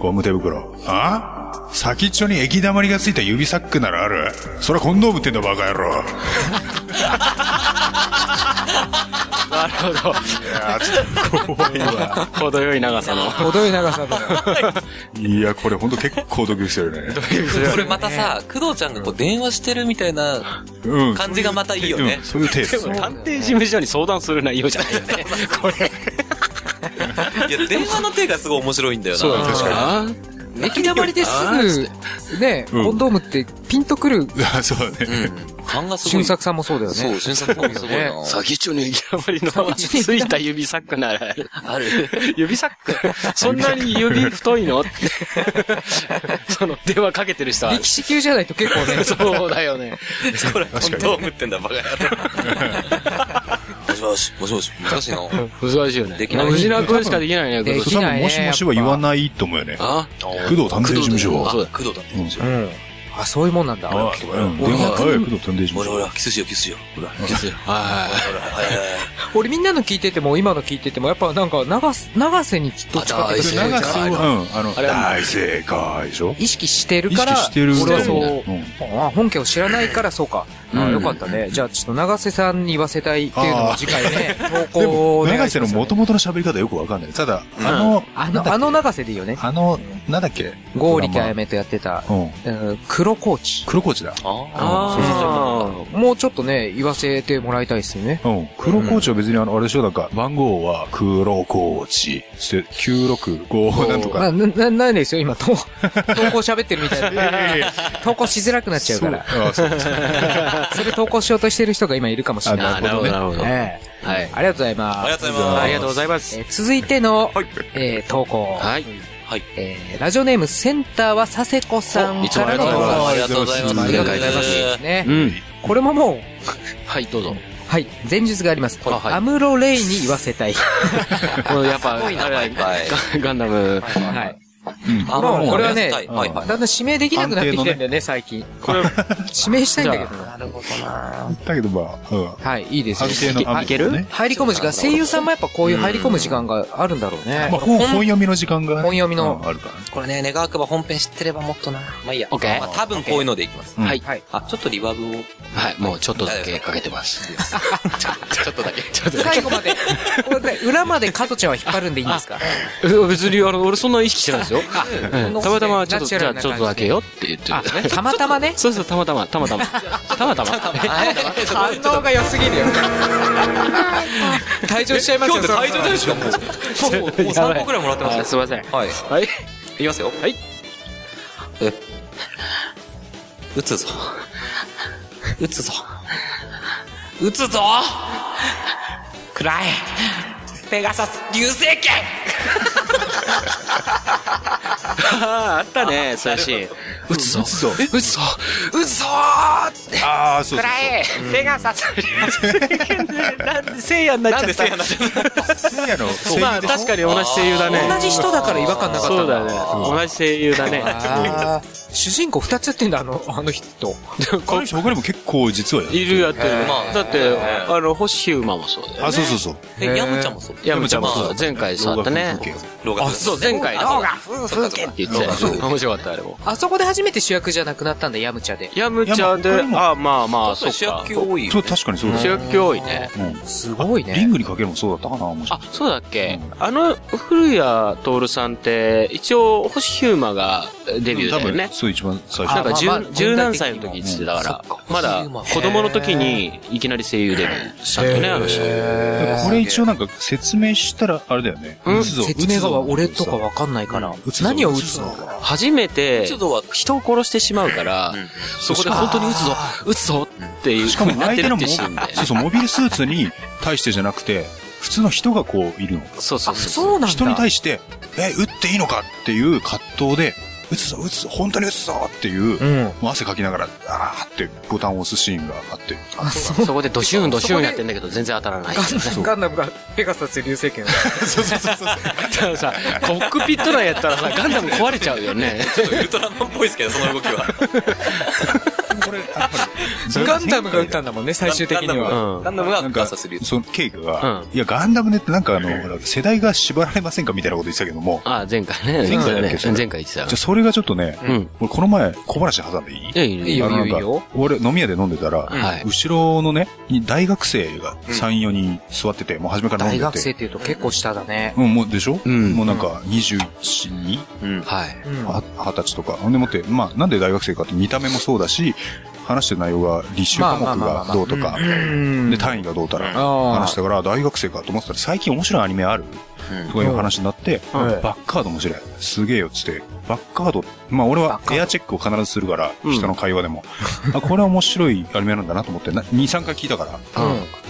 D: ゴム手袋。あ先っちょに液だまりがついた指サックならあるそりゃコンドームってんだバカ野郎。 いやー
F: なるほ
D: ちょっと怖いわ。
F: ど。程よい長さの。
E: 程よい長さだ。
D: いや、これほんと結構ドキドキしてる ね。
C: これまたさ、工藤ちゃんがこう電話してるみたいな
D: うん。
C: 感じがまたいいよね
D: うん。そういうテイスト。
F: 探偵事務所に相談する内容じゃないよね。これ。
C: いや、電話の手がすごい面白いんだよな。
D: だ確
F: かに。
E: 駅だまりですぐ、ね、
D: うん
E: コンドームってピンとくる
D: あそうだね。
C: 勘がすごい。
E: 俊作さんもそうだよ
C: そ
E: ね。
C: う、新作もすごい な。
F: 先っちょに行きまりのついた指サックなら、
C: ある。
F: 指サックそんなに指太い のって。その、電話かけてる人は
E: 力。士級じゃないと結構ね。
F: そうだよね。
C: これ、コンドームってんだ、バカ野郎。もしもし、もしもし、難しいの
F: 難しいよね。
C: できない
F: 藤田君しかできないね、
E: で
F: 工
E: き
F: 藤
D: 多
E: ない
D: 分
E: ね
D: もしもしは言わないと思うよね。
F: あ
D: 工藤探偵事務所。
C: あ
D: う
F: そうだ
C: 工藤だって。
E: うん。あ、そういうもんなんだ。
D: あうん電話、はい、工藤探偵事
C: ほ
D: 務
C: らほ
D: 所。
C: ら、キスしよう、キスしよう。ほら、キス。
F: はい。
C: はいはいはい。
E: 俺みんなの聞いてても、今の聞いてても、やっぱなんか、長瀬、長瀬にどっちかっていうと
D: それ長瀬は、うん、あの、
F: あれは
D: 大正解でしょ
E: 意識してる
D: 意
E: から、
D: 識してる。
E: 俺はそうう、
D: ん
E: あ本家を知らないからそうか。あよかったね。じゃあちょっと長瀬さんに言わせたいっていうのを次回ね、投
D: で
E: 稿をお
D: も、
E: 願いしま
D: 長
E: す
D: 瀬の元々の喋り方よくわかんない。ただ、あの、
E: あの、あの長瀬でいいよね。
D: あの、なんだっけ
E: 剛力あや
D: め。
E: めとやってた、
D: うん。
E: うん黒コーチ。
D: 黒コーチだ。
F: あ
E: もうちょっとね、言わせてもらいたいですよね。
D: うん。黒コーチは別にあの、あれでしょなんか、番号は黒コーチ。そして、965なんと
E: な、
D: か。
E: な、なないですよ、今、投投稿喋ってるみたいな。投稿しづらくなっちゃうから。
D: そうあそう
E: それ投稿しようとしてる人が今いるかもしれない。
F: あなるほどなるほど
E: ええ
F: はい
E: ありがとうございます。
C: ありがとうございます
F: ありがとうございます。
E: えー続いての、
D: はい
E: えー投稿。
F: はい。
E: えーラジオネームセンターは佐世子さん
F: おいつも
E: か
F: あ
E: ら
F: りが
E: の
F: と
E: 投
F: うございます
E: 稿
C: ありがとうございます。
E: ありがとうございます
C: え
E: ね
F: う。ん。
E: これももう、
F: はい、どうぞ。
E: はい、前述があります。
F: あはい
E: アムロレイに言わせた い。
F: これやっぱ、あれ
C: ーはいはい。
F: ガガンダム。
E: はい。
C: あ
E: もうこれはね
C: はいはいはい
E: だんだん指名できなくなってきてるんだよね、最近。
F: これ、
E: 指名したいんだけどな。るほどな
D: だけどまあ、うん。
E: はい、いいですよ
D: 安。定の
E: あ
D: アミコね。
E: 入り込む時間、声優さんもやっぱこういう入り込む時間があるんだろうね
D: まあ、。本本読みの時間がね。
E: 本読みの
D: うんあるからね。
C: これね、願わくば本編知ってればもっとな。まあいいや。
F: OK
C: まあ多分こういうのでいきます。
D: うん
F: はい。
E: はい。
C: あ、ちょっとリバーブを。
F: はい、もうちょっとだけかけてます。
C: ちょっとだけ。ちょっとだけ。
E: 最後まで、ごめんなさい裏まで加トちゃんは引っ張るんでいいんですか
F: 別に、あの、俺そんな意識してないですよ。うんたまたま、ちょ
E: ナ
F: っと、じ
E: チュ
F: ゃ
E: ラ
F: あ
E: ルな感じで
F: ちょっとだけよって言って
E: あ
F: るね、。
E: たまたまね。
F: そうそう、たまたま、 たまたま。たまたま。
E: 反応が良すぎ るよ。退場しちゃいます
C: 今
E: よ。
C: 日で退場でしょ、もう。もう3個くらいもらってます
F: あ
C: よ。
F: すいません。
C: はい。
F: はい。
C: いきますよ。
F: はい。
C: え。撃つぞ。撃つぞ。撃つぞ暗い。ペガサス流星剣
F: ああ、あったね、そういうシーン。撃つぞ。撃つぞ。撃つぞ。撃つぞ
D: ああ、そうそうそう。
F: えペガサス。なんで、聖夜になっちゃった。
C: なんでせいやなっちゃった
D: せいやの声優
F: まあ、確かに同じ声優だね。
E: 同じ人だから違和感なかったん
F: そうだね。同じ声優だね。
E: あー主人公二つやってんだ、あの、あ の人。
D: この人他にも結構実はやる
F: いるやってる
C: へ。ー
F: だって、あの、星馬もそうだよ。
D: あ、そうそうそう。
C: え、ヤムちゃんもそう。
F: 山ちゃんも
D: 山ちゃんも
F: そ
D: そう
F: う。前回そうだったね。
C: 老
F: あ、
C: 眼
F: そう、前回。
C: 老
F: 動
C: 眼
F: 画風景って言ってたよ面白かった、あれも。
E: あそこで初めて主役じゃなくなったんだ、ヤムチャで。
F: ヤムチャ
D: い
F: で
D: や、ま
F: あ、まあまあ、
C: そ
F: そうっ
C: 主
F: か
C: 役。級多いよ
D: そう、確かにそうだ
F: 主
D: よ。
F: 役多いね。
D: うん
E: すごい
D: リン
E: ね。
D: グにかけるもそうだったかな、面白
F: あ
D: い。、
F: そうだっけあの、古谷徹さんって、一応、星ヒューマがデビューだよね。
D: そう、一番最
F: なん
D: 初。
E: あま
F: か
E: あまあ
F: 十、十何歳の時に言ってたから、まだ子供の時にいきなり声優デビューしたんだよね、あの人。
D: これ一応なんか説明したら、あれだよね。
F: うん
D: 打つぞ
E: 説明が俺とかわかんないから
D: 打つ。ぞ
E: 何を打つの
F: 初めて
C: ちょっとは、
F: 人を殺してしまうから、そこで本当に撃つぞ、撃つぞっていう
D: しかも
F: 風にな
D: 相
F: って
D: 手
F: る
D: の
F: っ
D: モ
F: て
D: ビ
F: シーンで。
D: そうそうモビルスーツに対してじゃなくて、普通の人がこういるの。
F: そうそうそう。
E: そうなん
D: 人に
E: だ。
D: 対して、え、撃っていいのかっていう葛藤で、撃つぞ、撃つぞ、本当に撃つぞっていう、
E: うん。
D: もう汗かきながら、あーってボタンを押すシーンがあって。
F: そこでドシュンドシュンやってんだけど全然当たらない。
E: ガンダムがペガサス流星拳を
F: たださ、コックピット内やったらさ、ガンダム壊れちゃうよね。
C: ウルトラマンっぽいですけど、その動きは。
D: これ、やっぱり
E: ガンダムが打ったんだもんね、最終的には。
F: うん
C: ガンダムが
D: なん
C: ガ
D: か、
C: サする。
D: そのケイクが、
F: う
D: いや、ガンダムねってなんかあの、ほら世代が縛られませんかみたいなこと言ってたけども、
F: あ、前回ね。
D: 前回だっけ
F: ね
D: それ
F: 前回言ってた
D: じゃあ。それがちょっとね、
F: うん。
D: 俺この前小話挟んでいい
F: いやいやい
E: い
F: や
E: よ
D: あのなんか
E: いいよ
D: 俺飲み屋で飲んでたら、
F: はい
D: 後ろのね、に大学生が3、4人座ってて、もう初めから飲んで
E: 大
D: て。
E: 学生っていうと結構下だね。
D: うん、もうでしょ、
F: うん
D: もうなんか21、2、
F: はい。
E: うん
D: は二十歳とか。ほんでもって、まあなんで大学生かって見た目もそうだし、話してる内容が履修科目
E: まあまあまあ
D: が
E: まあ
D: どうとか、
E: うん
D: で単位がどうたら、
E: あー
D: 話したから大学生かと思ってたら最近面白いアニメあるとかいう話になって、
E: うん
D: バッカード面白い。すげえよっつって、バッカード、まあ俺はエアチェックを必ずするから、
F: うん
D: 人の会話でも。あ、これは面白いアニメなんだなと思って、な2、3回聞いたか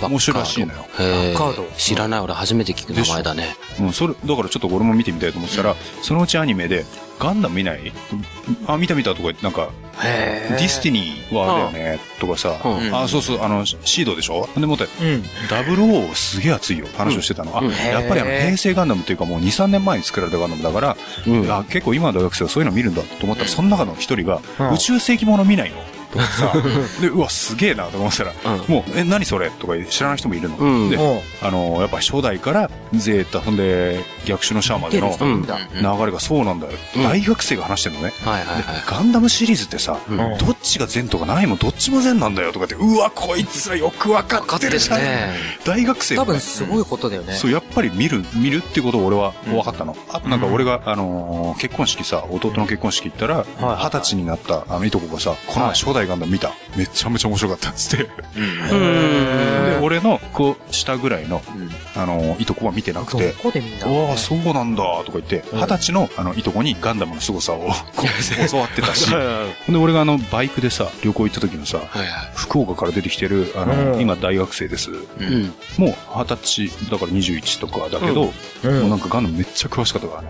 D: ら、面白いらしいのよ。
F: へー
E: カード
F: 知らない、俺初めて聞く名前だね。
D: うん、それ、だからちょっと俺も見てみたいと思ってたら、そのうちアニメで、ガンダム見ないあ、見た見たとか言って、なんか、ディスティニーはあれだよね、とかさ、
F: うん
D: あ、そうそう、あの、シシードでしょほんでもって、
E: うん。
D: ダブルオーすげえ熱いよ、話をしてたの。あ、
F: うん
D: やっぱりあの、
E: へー
D: 平成ガンダムっていうかもう2、3年前に作られたガンダムだから、
F: うん
D: あ結構今の大学生はそういうの見るんだと思ったら、その中の一人が、
E: うん
D: 宇宙世紀もの見ないのとか さ、で、うわ、すげえなと思ってたら、
F: うん
D: もう、え、何それとか知らない人もいるの。
F: うん
D: で
E: うん、
D: あの、やっぱ初代からゼータ、ほんで、逆襲のシャアまでの
E: 見て
F: る
D: 流
F: 人
E: だ
D: れがそうなんだよ。
F: うん
D: 大学生が話してるのね。
F: はいはいはい。
D: ガンダムシリーズってさ、
F: うん
D: どっちが善とか何もどっちも善なんだよとかって、うわ、こいつらよくわかってるじゃん。
F: ね
D: 大学生
E: 多
D: もね
E: 分すごいことだよね。
D: そう、やっぱり見る、見るってことを俺は分かったの。あとなんか俺が、あのー結婚式さ、弟の結婚式行ったら、
E: いはいはい
D: 二十歳になった、あの、いとこがさ、この前初代ガンダム見た。めちゃめちゃ面白かったっつって。で、
F: うん。
D: 俺の、こう、下ぐらいの、あのーいとこは見てなく
E: ど
D: て、
E: こでみんな。
D: ああ、そうなんだ、とか言って、二十歳の、あの、いとこにガンダムの凄さを、こ う、教わってたし、ほんで、俺があの、バイクでさ、旅行行った時のさ、
F: はいは
D: 福岡から出てきてる、あの、
E: うん
D: 今大学生です。
F: い。うん。
D: もう二十歳、だから21とかだけど、もうなんかガンダムめっちゃ詳しかったからね。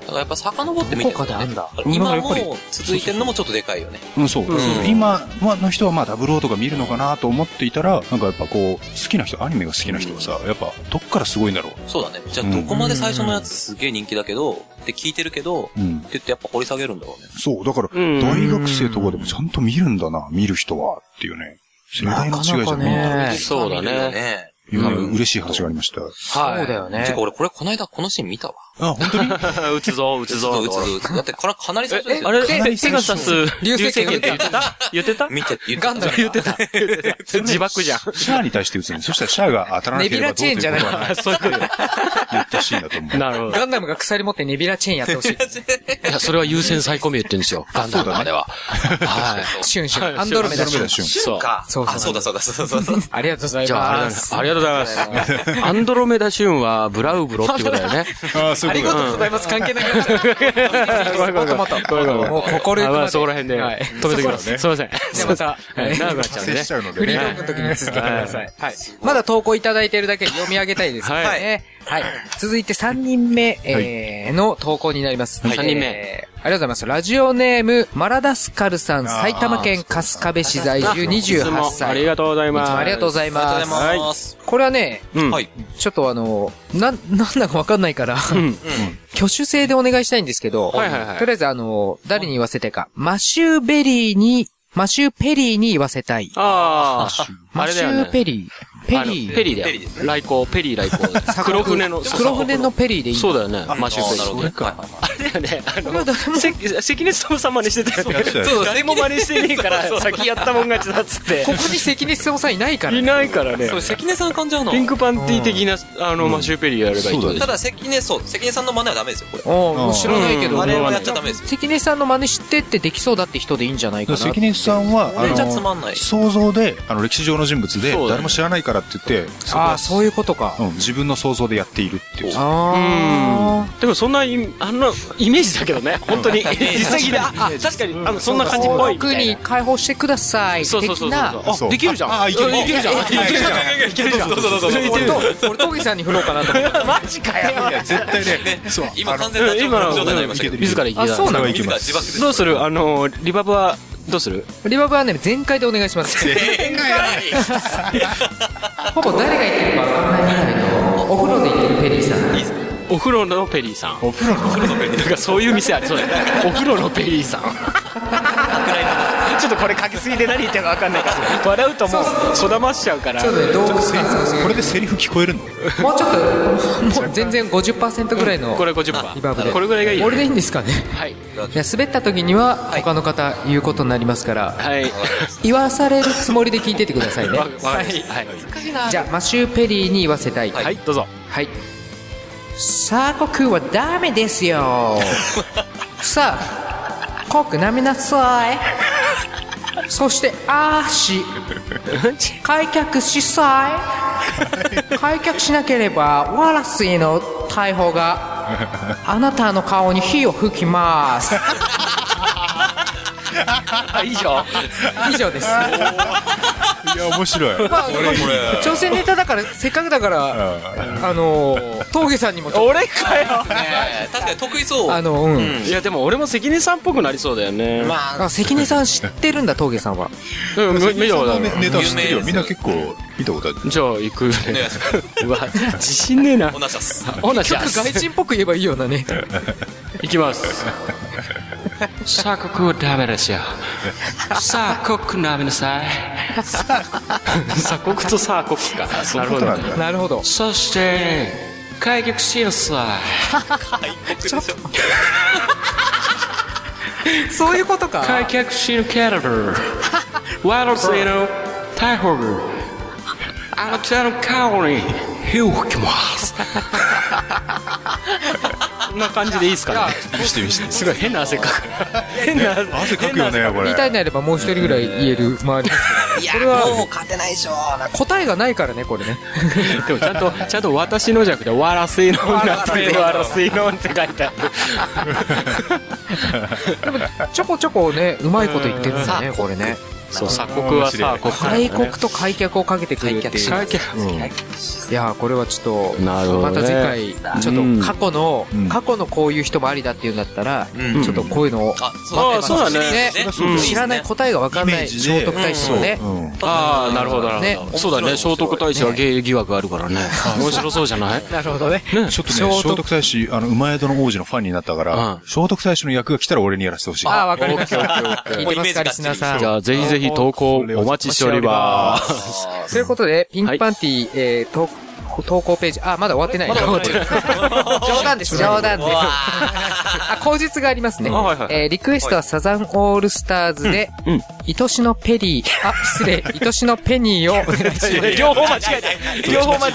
C: だからやっぱ遡ってみて
E: 効果であんだ。
C: 今も続いてるのもちょっとでかいよね。
D: うん、そう。
C: ん
D: 今の人はまあダブルオーとか見るのかなと思っていたら、なんかやっぱこう、好きな人、アニメが好きな人はさ、やっぱどっからすごいんだろ
C: そうだね。じゃあどこまで最初のやつすげえ人気だけど、って聞いてるけど、
D: う。うん
C: っ。て言ってやっぱ掘り下げるんだろうね。
D: そう、だから、
F: うん
D: 大学生とかでもちゃんと見るんだな、見る人は、っていうね。世代の違いじゃ
E: なかなかね
D: ね
C: そうだね。
J: ね。
D: えな。うん嬉しい話がありました。
E: そうだよ
J: て
E: ね
J: か。俺これこの間このシーン見たわ。
D: あ、本当に
F: 撃つぞ、撃つ
J: そ
F: ぞ。
J: う、うつうつ。だってかなかなり最初ですよ。
F: あれ
E: かなり
F: ペガサス、流
E: 流
F: 星
E: 星
F: 剣
E: 剣
F: って言ってた言ってた
J: 見て、言ってた
E: ガ
J: じ
E: ン
J: ゃ
E: ダ
J: ん
E: ム言ってた。
F: 自爆じゃん。
D: シャアに対して打つね。そしたらシャアが当たらなければどうということ
E: ネビラチェーンじゃ
D: は
E: な
D: ない い。そういうことで言ったシーンだと 思う。
F: なるほど。
E: ガンダムが鎖持ってネビラチェーンやってほしい。
C: いや、それは優先最込み言ってるんですよ。ガンダムまでは。はい。
E: シュンシュン。アンドロメダシュン。
D: 瞬。
C: そう。
J: か。
E: そうそう
J: あ、そうだそうだそうだそうだ。
E: ありがとうござい
C: じゃあ、あれ
E: ま
C: だね
E: す。
C: ありがとうございます。アンドロメダシューンはブラウブロっていうことだよね。
D: ああ、そう
E: あ
D: い
E: り
D: うこと
E: がとうございます。関係なくなっちゃ った。もっともっと。もう心ゆく
F: あま
E: ま
F: あ
E: で。
F: そこら辺で
E: はい。
F: 止めてきます。すいません。
E: じゃあまた、
F: はい長くなっちゃうんで
D: 達成
F: ね
D: しち。ゃうので
E: フリー
D: ね。
E: トークの時に続けてください。はい。まだ投稿いただいてるだけ読み上げたいですね。はい。続いて3人目、えーの投稿になります。
F: はい三人目
E: えーありがとうございます。ラジオネーム、マラダスカルさん、埼玉県春日部市在住
F: いつ
E: 28
F: も
E: 歳。
F: ありがとうござい
E: い
F: ま
E: つ
F: す。
E: もありがとうござい
J: ありがとうござい
E: ま
J: ます。
E: す。これはね、
F: うん
J: はい。
E: ちょっとあの、な、なん だかわかんないから、 挙手制でお願いしたいんですけど、
F: はいはいはい
E: とりあえずあの、誰に言わせてか、マシューベリーに、マシューペリーに言わせたい。
F: ああ、あ
E: マ
F: れ
E: シ
F: だよ
E: ュ
F: ね。
E: ーペリー。ペリ
F: あ
E: ー。
F: のペリーだよ。来航、ペリー来航。黒船の。
E: 黒船のペリーでいい。
F: そうだよね。マシュ
J: あ
F: ー
J: ーなるほどね。はいはいはい
F: ペリー。あれだよね。 あ
E: これは誰も
F: の、せ関根勤さん真似してたよね。
D: そう
J: そう
F: 誰も真似してねえから、先やったもん勝ちだっつって
E: こ。こに関根勤さんいないから
F: い
E: ね。
F: ないからね
J: そ。れ関根さん感じゃうの
F: ピンクパンティー的な、あの、マシューペリーやればいいってことで
J: ただ関根、そう、関根さんの真似はダメですよ、これ。
E: おうもう知らないけ
F: うん
E: ど。
J: あれはやっちゃダメですよ。
E: 関根さんの真似してってできそうだって人でいいんじゃないかな。
D: 関根さんは、あ
J: じゃつまんな
D: の、
J: い
D: 想像で、あの、歴史上の人物で、
F: そうだね
D: 誰も知らないからって言って、
E: ああ、そういうことか。
D: うん自分の想像でやっているっていう。
E: あ
F: でもそんなイメ、あの、イメージだけどね。本当に。実際に、 あ、あ確かに、あの、そんな
E: あ。
F: 感じっぽいみ
E: 僕
F: たい
E: に
F: な。
E: 解放してください。
F: そうそうそう
E: 的な。
F: そう。あ、できるじゃん。
D: ああ、いける
F: うんいけるじゃん。いけるじゃん。
J: いけるじゃん。そうそうそうそう。
E: 俺と、俺、トギさんに振ろうかなと思って。
F: マジかよ。
D: いや、絶対 ね、そう。
J: 今完
D: 全
J: 全な
F: 今の
J: 状態になりましたけど。
F: 自ら行
E: あ、そうなの
D: 行き
J: 自ら
D: ま
J: 自
D: す。
J: 爆です。
F: どうするあの、リバーブは、どうする
E: リバーブはね、全開でお願いします。ほぼ誰が言ってるかわかんないけど、お風呂で言ってるペリーさん。
F: お風呂のペリーさん。
D: お風呂の
F: なんかそういう店ありそうだよ ね。お風呂のペリーさん。ちょっとこれかけすぎで何言ってるかわかんないから。笑うともう、そだましちゃうから
E: ちょ。っとね、洞窟感すごすぎる
D: これでセリフ聞こえるの
E: もうちょっと、もう全然50%ぐらいの
F: これ50%。
E: リバーブで。
F: これぐらいがいいよ。
E: 俺でいいんですかね。
F: はい。
E: いや、滑った時には他の方言うことになりますから、
F: はい。
E: 言わされるつもりで聞いててください ね
F: わ。かりましたはい。
E: じゃあ、マシュー・ペリーに言わせたい。
F: はい、どうぞ。
E: はい。鎖国はダメです よ。さあ、コーク舐めなさ い。そして、足。開脚しさい。開脚しなければ、ワラスへの逮捕が、あなたの顔に火を吹き ます。
F: あ、以上。
E: 以上です。
D: いや、面白い。
E: まあ、
J: これ
E: 朝鮮ネタだから、せっかくだから、あのー、峠さんにもちょっ
F: 俺かよ。
J: ね確かに得意そ
E: と、あ
J: う。
E: の、うん。
F: いや、でも俺も関根さんっぽくなりそうだよね。まあ、
E: あ関根さん知ってるんだ、峠さんは。
F: うん、見見たことあ
D: そん
F: る
D: な。ネタ知
J: 有
D: ってる
J: 名で
D: よ。
J: す
D: みんな結構見たことある。
F: じゃあ、行く
J: お
F: ね。
J: 願いします。
F: うわ、自信ねえな
J: お。なしゃっす。
F: おなしゃ
E: 曲。外人っぽく言えばいいようなね。
F: いきます。鎖国はダメですよ。鎖国なめなさい。鎖国と鎖国か。なるほど。
E: なるほど。
F: そして、開脚しなさ
E: そういうこと
F: い。開
E: か。
F: 脚しなければ、ワイルドへの逮捕があなたの顔に火を吹きます。 こんな感じでいいですかね。
D: 見して見して。
F: すごい変な汗かく。変な
D: 汗かくよね、こ
E: 言
D: れ
E: い。たいなればもう一人ぐらい言える周 りですけど。これは、もう勝てないでしょ。答えがないからね、 これね。
F: でもちゃんと、ちゃんと私のじゃなくて、わらすいの、わらすいの、わらすいのって書いてあ
E: で
F: る。
E: も、ちょこちょこね、うまいこと言ってるんだね、これね。
F: そう、鎖国はさ、国
E: 開国と開脚をかけてくるっていう。
F: 開脚
E: いやーこれはちょっと、
F: なるほど
E: ま
F: ね
E: た次回、ちょ
F: うん
E: っと過去の、
D: ん
E: 過去のこういう人もありだっていうんだったら、
J: うん
E: ちょっとこういうのを、
J: あ、
F: あそうだね
J: ね
D: そりゃそうだよ
E: 知らない答えがわかんない聖
D: で
E: 徳太子のね、
D: うん。
F: ああ、なるほど、なるほど。
J: ね
F: そうだね、聖徳太子は芸疑惑あるからね。面白そうじゃない
E: なるほどね。
D: ちょっとね、
E: 聖
D: 聖
E: 徳
D: 徳太子、あの、馬宿の王子のファンになったか
F: う
D: ら
F: ん、
D: 聖徳太子の役が来たら俺にやらせてほしい。
E: ああ、わかりました。
J: ー
E: 聞いてますか、リスナーさん。
F: じゃあ、ぜひぜぜひ投稿お待ちしております。
E: ということで、ピンクパンティ、えー、投投稿ページ、あ、まだ終わってない。まだ終わってない。 冗談です、冗談です。あ、口実がありますね。
F: あはいはい
E: えーリクエストはサザンオールスターズで、愛しのペリー、あ、失礼、愛しのペニーをお願いします。
F: 両方間違えた。両方間違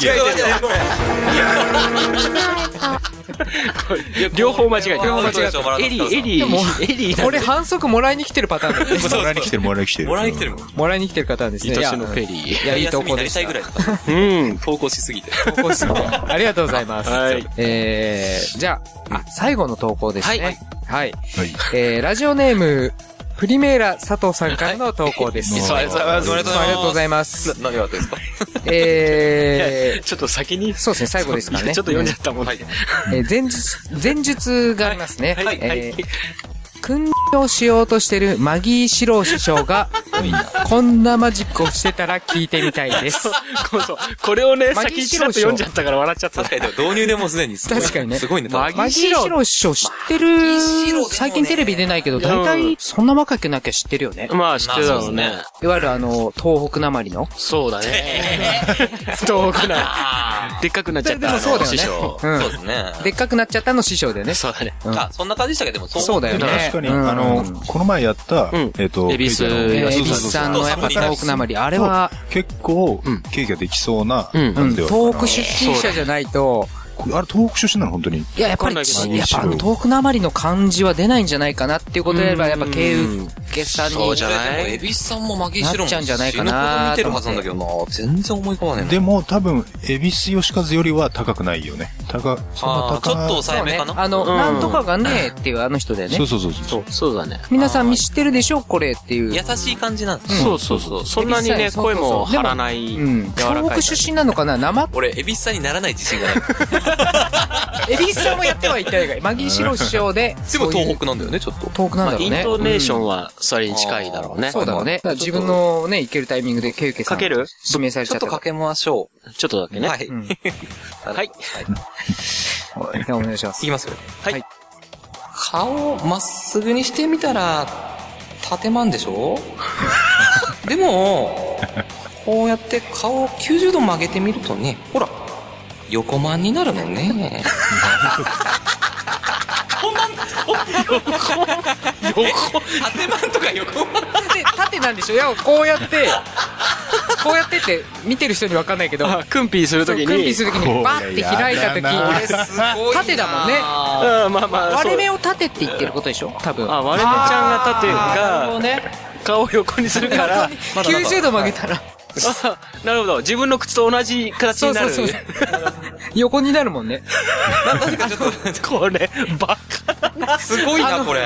F: えた。両方間違えた。
J: 両方間違えた
F: エリー、エリー、エリーだ。
E: これ反則もらいに来てるパターンだね。
D: もらいに来てる、もらいに来てる。
J: もらいに来てるもん。
E: もらいに来てるパターンですね。
F: 愛しのペリ
E: い
F: ー。
E: や、いやいい
J: 休
E: と
J: みに
E: こ
J: な
E: で
J: り
E: した
J: いぐらいだった。
F: うん。投稿しすぎて。
E: 投稿してもらうありがとうございます。
F: はい
E: えー、じゃあ、あ、最後の投稿ですね。はい。
D: はい。
E: えー、ラジオネーム、プリメーラ佐藤さんからの投稿です。
D: はい
E: いつ
D: そ
E: も
D: う
E: あ
D: あ
E: り
D: りが
E: がと
D: と
E: う
D: う
E: ご
D: ご
E: ざ
D: ざ
E: います。ありがとうございます。
J: 何があったんですか
E: えー、
F: ちょっと先に。
E: そうですね、最後ですからね。
F: ちょっと読んじゃったもん。はい。
E: えー前日、前述がありますね。
F: はいはい
E: えー訓練をしようとしてるマギー四郎師匠が、こんなマジックをしてたら聞いてみたいです。
F: そう これをね、
E: マ
F: 先
E: ギー
F: に
E: シ
F: ち
E: ロ
F: ら
E: ー
F: っと読んじゃったから笑っちゃった。
J: 確かに、導入でもうすでにすごい。
E: 確かにね
J: すごいね、多分
E: マギー四郎師匠知って
J: ギー四郎で
E: る
J: もね
E: 最近テレビ出ないけど、大体そんな若くなきゃ知ってるよね。
F: まあ、知ってたのね。
E: いわゆるあの、東北なまりの。
F: そうだね。 遠くな。 でっかくなっちゃっ
E: で
F: た。
E: もそうだよね
F: 師匠。
E: うん
J: そうですね。
E: でっかくなっちゃったの師匠だよね。
F: そうだね。
J: あ、そんな感じでしたけど、でも
E: そうだよ
D: 確
E: ね
D: かに、
E: うん
D: あの、この前やった
F: うん、
D: えっと、
F: 恵比寿
D: ケーキ
E: え
D: の
E: ー、恵
F: そうそうそう
E: 比寿さんのやっぱ東北なまり、あれは、
D: 結構、ケーキができそうな、
F: うん
D: なんていうの
E: 東
D: か
E: 北
D: な
E: 出身者じゃないと、
D: あれ、東北出身なの本当に。
E: いや、やっぱり、や
F: わ
E: っ
F: かんないけど
E: ぱあの東北なまりの感じは出ないんじゃないかなっていうことであれば、やっぱ経受さんに。
J: そうじゃないエビスさんも負けしろも
E: なっちゃうんじゃないか
J: 死ぬ
E: な
J: ほど見てるはずなんだけどな。全然思い込まねえな。
D: でも、多分、恵比寿吉和よりは高くないよね。高、そん
J: あ
D: な
J: ーちょ
D: 高
J: っと
E: そう
J: 抑え
E: ね
J: めかな。
E: あの、
F: ん
E: なんとかがねっていうあの人だよね
D: そ。うそうそうそう。
F: そう、そうだね。
E: 皆さん見知ってるでしょこれっていう。
J: 優しい感じなんですね。
F: そうそうそう。そんなに
E: エビ
F: ね、
E: スさんそう
F: 声
E: そうそう
F: も張らない。
E: うん。
F: 柔らかい
E: 東北出身なのかな生
J: 俺、エビスさんにならない自信 がない。
E: エビスさんもやってはいたいが、マギーシロ師匠で。
J: でも
E: そうい
J: 東
E: う。
J: 北なんだよね、ちょっと。
E: 東北なん
F: ま
E: だろ
F: あ、イ
E: う
F: ン
E: ね。
F: トネーションはそれに近いだろうね。
E: そうだろうね。だから自分のね、いけるタイミングで、ケウケさん。
F: かける
E: 指名されち
J: ち
E: ゃ
J: ょ
E: っ
J: ったと
E: から
J: かけましょ
F: ちょっとだけ
J: う。
F: ね。
J: はい。
E: うん
J: は。
F: はいい
J: い
E: いやお願いします。
J: きますよ。
F: はい。
J: 顔、まっすぐにしてみたら、縦まんでし ょでも、こうやって顔を90度曲げてみるとね、ほら、横まんになるもんね。 横まん、横、縦まんとか横まん
E: 縦、縦なんでしょいや、こうやって、こうやってって、見てる人にわかんないけど、
F: あ、クンピーすると
E: そ
F: き
E: う
F: に。
E: クンピするときにバッて開いたとき、
D: これやだな
E: 俺すごいな縦だもんね。
F: うん、まあまあ、
E: 割
F: そ
E: れ
F: う。
E: 目を立てって言ってることでしょ多分。
F: あ、割れ目ちゃ
E: あー
F: んが
E: な
F: 縦
E: るほどね。
F: が顔を横にする から、
E: 90度曲げたら、
F: あ なるほど。自分の口と同じ形
E: そう
F: にな
E: そう
F: る。
E: そう。 横になるもんね。
F: これ、バカだな。
J: すごいな、これ。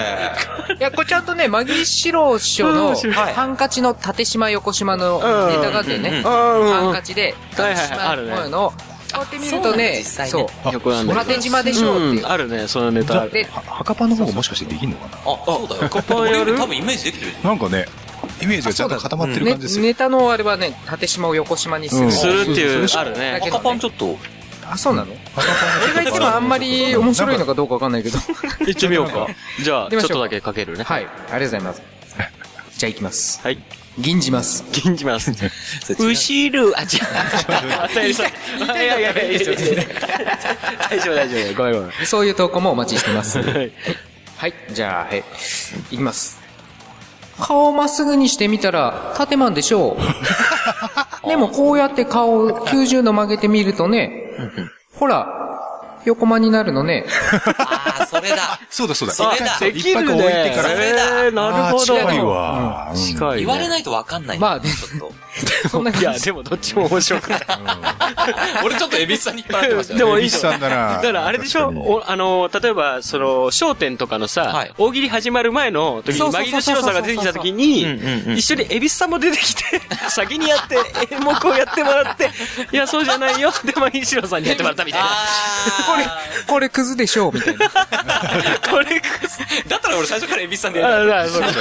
E: いや、これちゃんとね、マギー四郎師匠
F: う
E: の
F: ん面白い
E: ハンカチの縦島横島のネタがあってね、ハンカチで、
F: は
E: 縦
F: いはい
E: 島
F: あるね
E: こういうのを、こうやって見るとね、
J: そうなんだ実際ね
E: そう、
F: 横なんだけど
E: 縦島でしょっていう
F: うんあるね、そのネタある。
E: で、
D: は墓パンの方がもしかしてできんのかな
J: あ、そうだよ。
F: ここ
J: 俺
F: や
J: より
F: る
J: 多分イメージできてるよ。
D: なんかね、イメージがちゃんと固まってる
E: ね
D: 感じですよ。
E: ネタのあれはね、縦島を横島にす
D: う
E: る
D: ん。
F: するっていう、ある
E: だ
F: ね。
E: けどね
J: 赤パンちょっと。
E: あ、そうなの俺がいつもあんまり面白いのかどうかわかんないけど。
F: 行ってみようか。じゃあ、ち
E: 行きま
F: ょっ
E: しょう
F: とだけかけるね。
E: はい、ありがとうございます。じゃあ行きます。
F: はい。
E: 銀じます。
F: 銀じます。後ろ、あ、 違う。あ、大丈夫。いやいやいやいやいや大丈夫、大丈夫。ごめんごめん。
E: そういう投稿もお待ちしてます。
F: はい
E: はい、じゃあ、はい。いきます。顔をまっすぐにしてみたら、縦マンでしょう。でもこうやって顔を90度曲げてみるとね、ほら、横間になるのね。
J: ああ、それだ。
D: そうだそうだ。
J: それだ
F: あできる
D: 一泊置いて
F: ね。
D: から
J: それだ
F: えーなるほ
D: あー
F: ど。
D: 近いわ。うん
F: 近いね。
J: 言われないとわかんない。
E: まあね
J: ちょっと。
E: そんない感
F: や、
E: じ。
F: でもどっちも面白くない。
J: 俺ちょっとエビスさんに引っ張られてましたよ。
F: でも
D: 恵比
F: いい
D: 寿
F: じゃ
D: さ
F: ん
D: んだな。
F: だからあれでしょおあの、例えば、その、商店とかのさ、
J: はい
F: 大喜利始まる前の時
E: そう
F: に、
E: そう
F: マ
E: そうそう
F: ギ
E: そう
F: の白さんが出てきた時に
J: うんうんう、ん
F: 一緒に恵比寿さんも出てきて、 先にやって、演目をやってもらって、 いや、そうじゃないよ、で、マギシロさんにやってもらったみたいな。
E: これ、これクズでしょうみたいな。
F: これ、
J: だったら俺最初からエビスさんでやる。
F: あら、そうだね。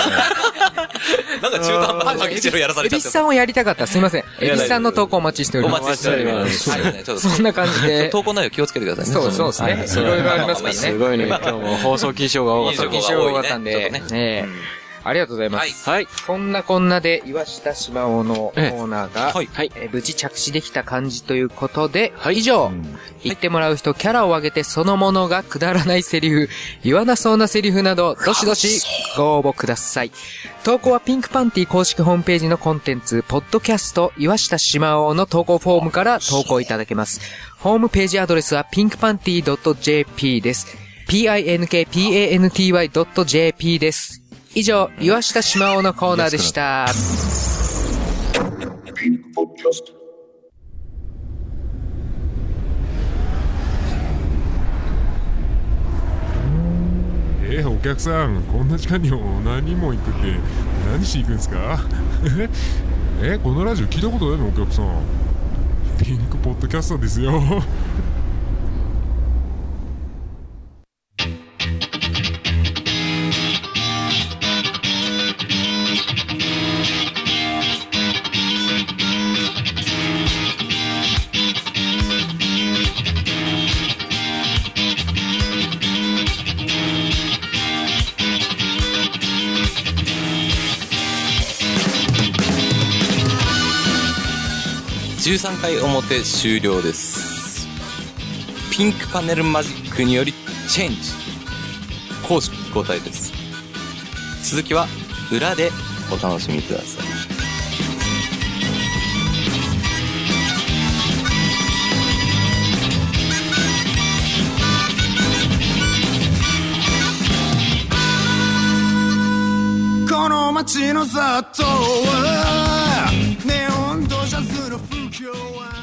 J: なんか中途半端に負けしろやらさ
E: エ
J: れちゃ
E: ビ
J: って
E: ス。さんをやりたかった。すいません。
J: い
E: エ
J: や
E: ビスさんの投稿お待ちしており
J: お
E: ます
J: 待。ちしております。はいねちょっと
E: そんな感じで。
J: 投稿内容気をつけてくださいね。
E: そうそうですね。いろいろありますからね。
F: すごいね、今日も放送禁止用が多かった
J: いい
F: ね
J: で。しょ
E: 印象が多かったんで。
J: ね
E: ええありがとうございます。
F: はい。
E: そんなこんなで、岩下島尾のコーナーが、
F: はい。はい。
E: えー無事着地できた感じということで、以上、言ってもらう人、キャラを上げてそのものがくだらないセリフ、言わなそうなセリフなど、どしどしご応募ください。投稿はピンクパンティ公式ホームページのコンテンツ、ポッドキャスト、岩下島尾の投稿フォームから投稿いただけます。ホームページアドレスは pinkpanty.jp です。pinkpanty.jp です。以上、岩下島尾のコーナーでした。
A: Pink Podcast.
K: えーお客さんこんな時間に何人も行くって何しに行くんですか えこのラジオ聞いたことないのお客さん ピンクポッドキャストですよ
C: 13回表終了です。ピンクパネルマジックによりチェンジ。公式交代です。続きは裏でお楽しみください。
L: この街の雑踏はネオン土砂する不況は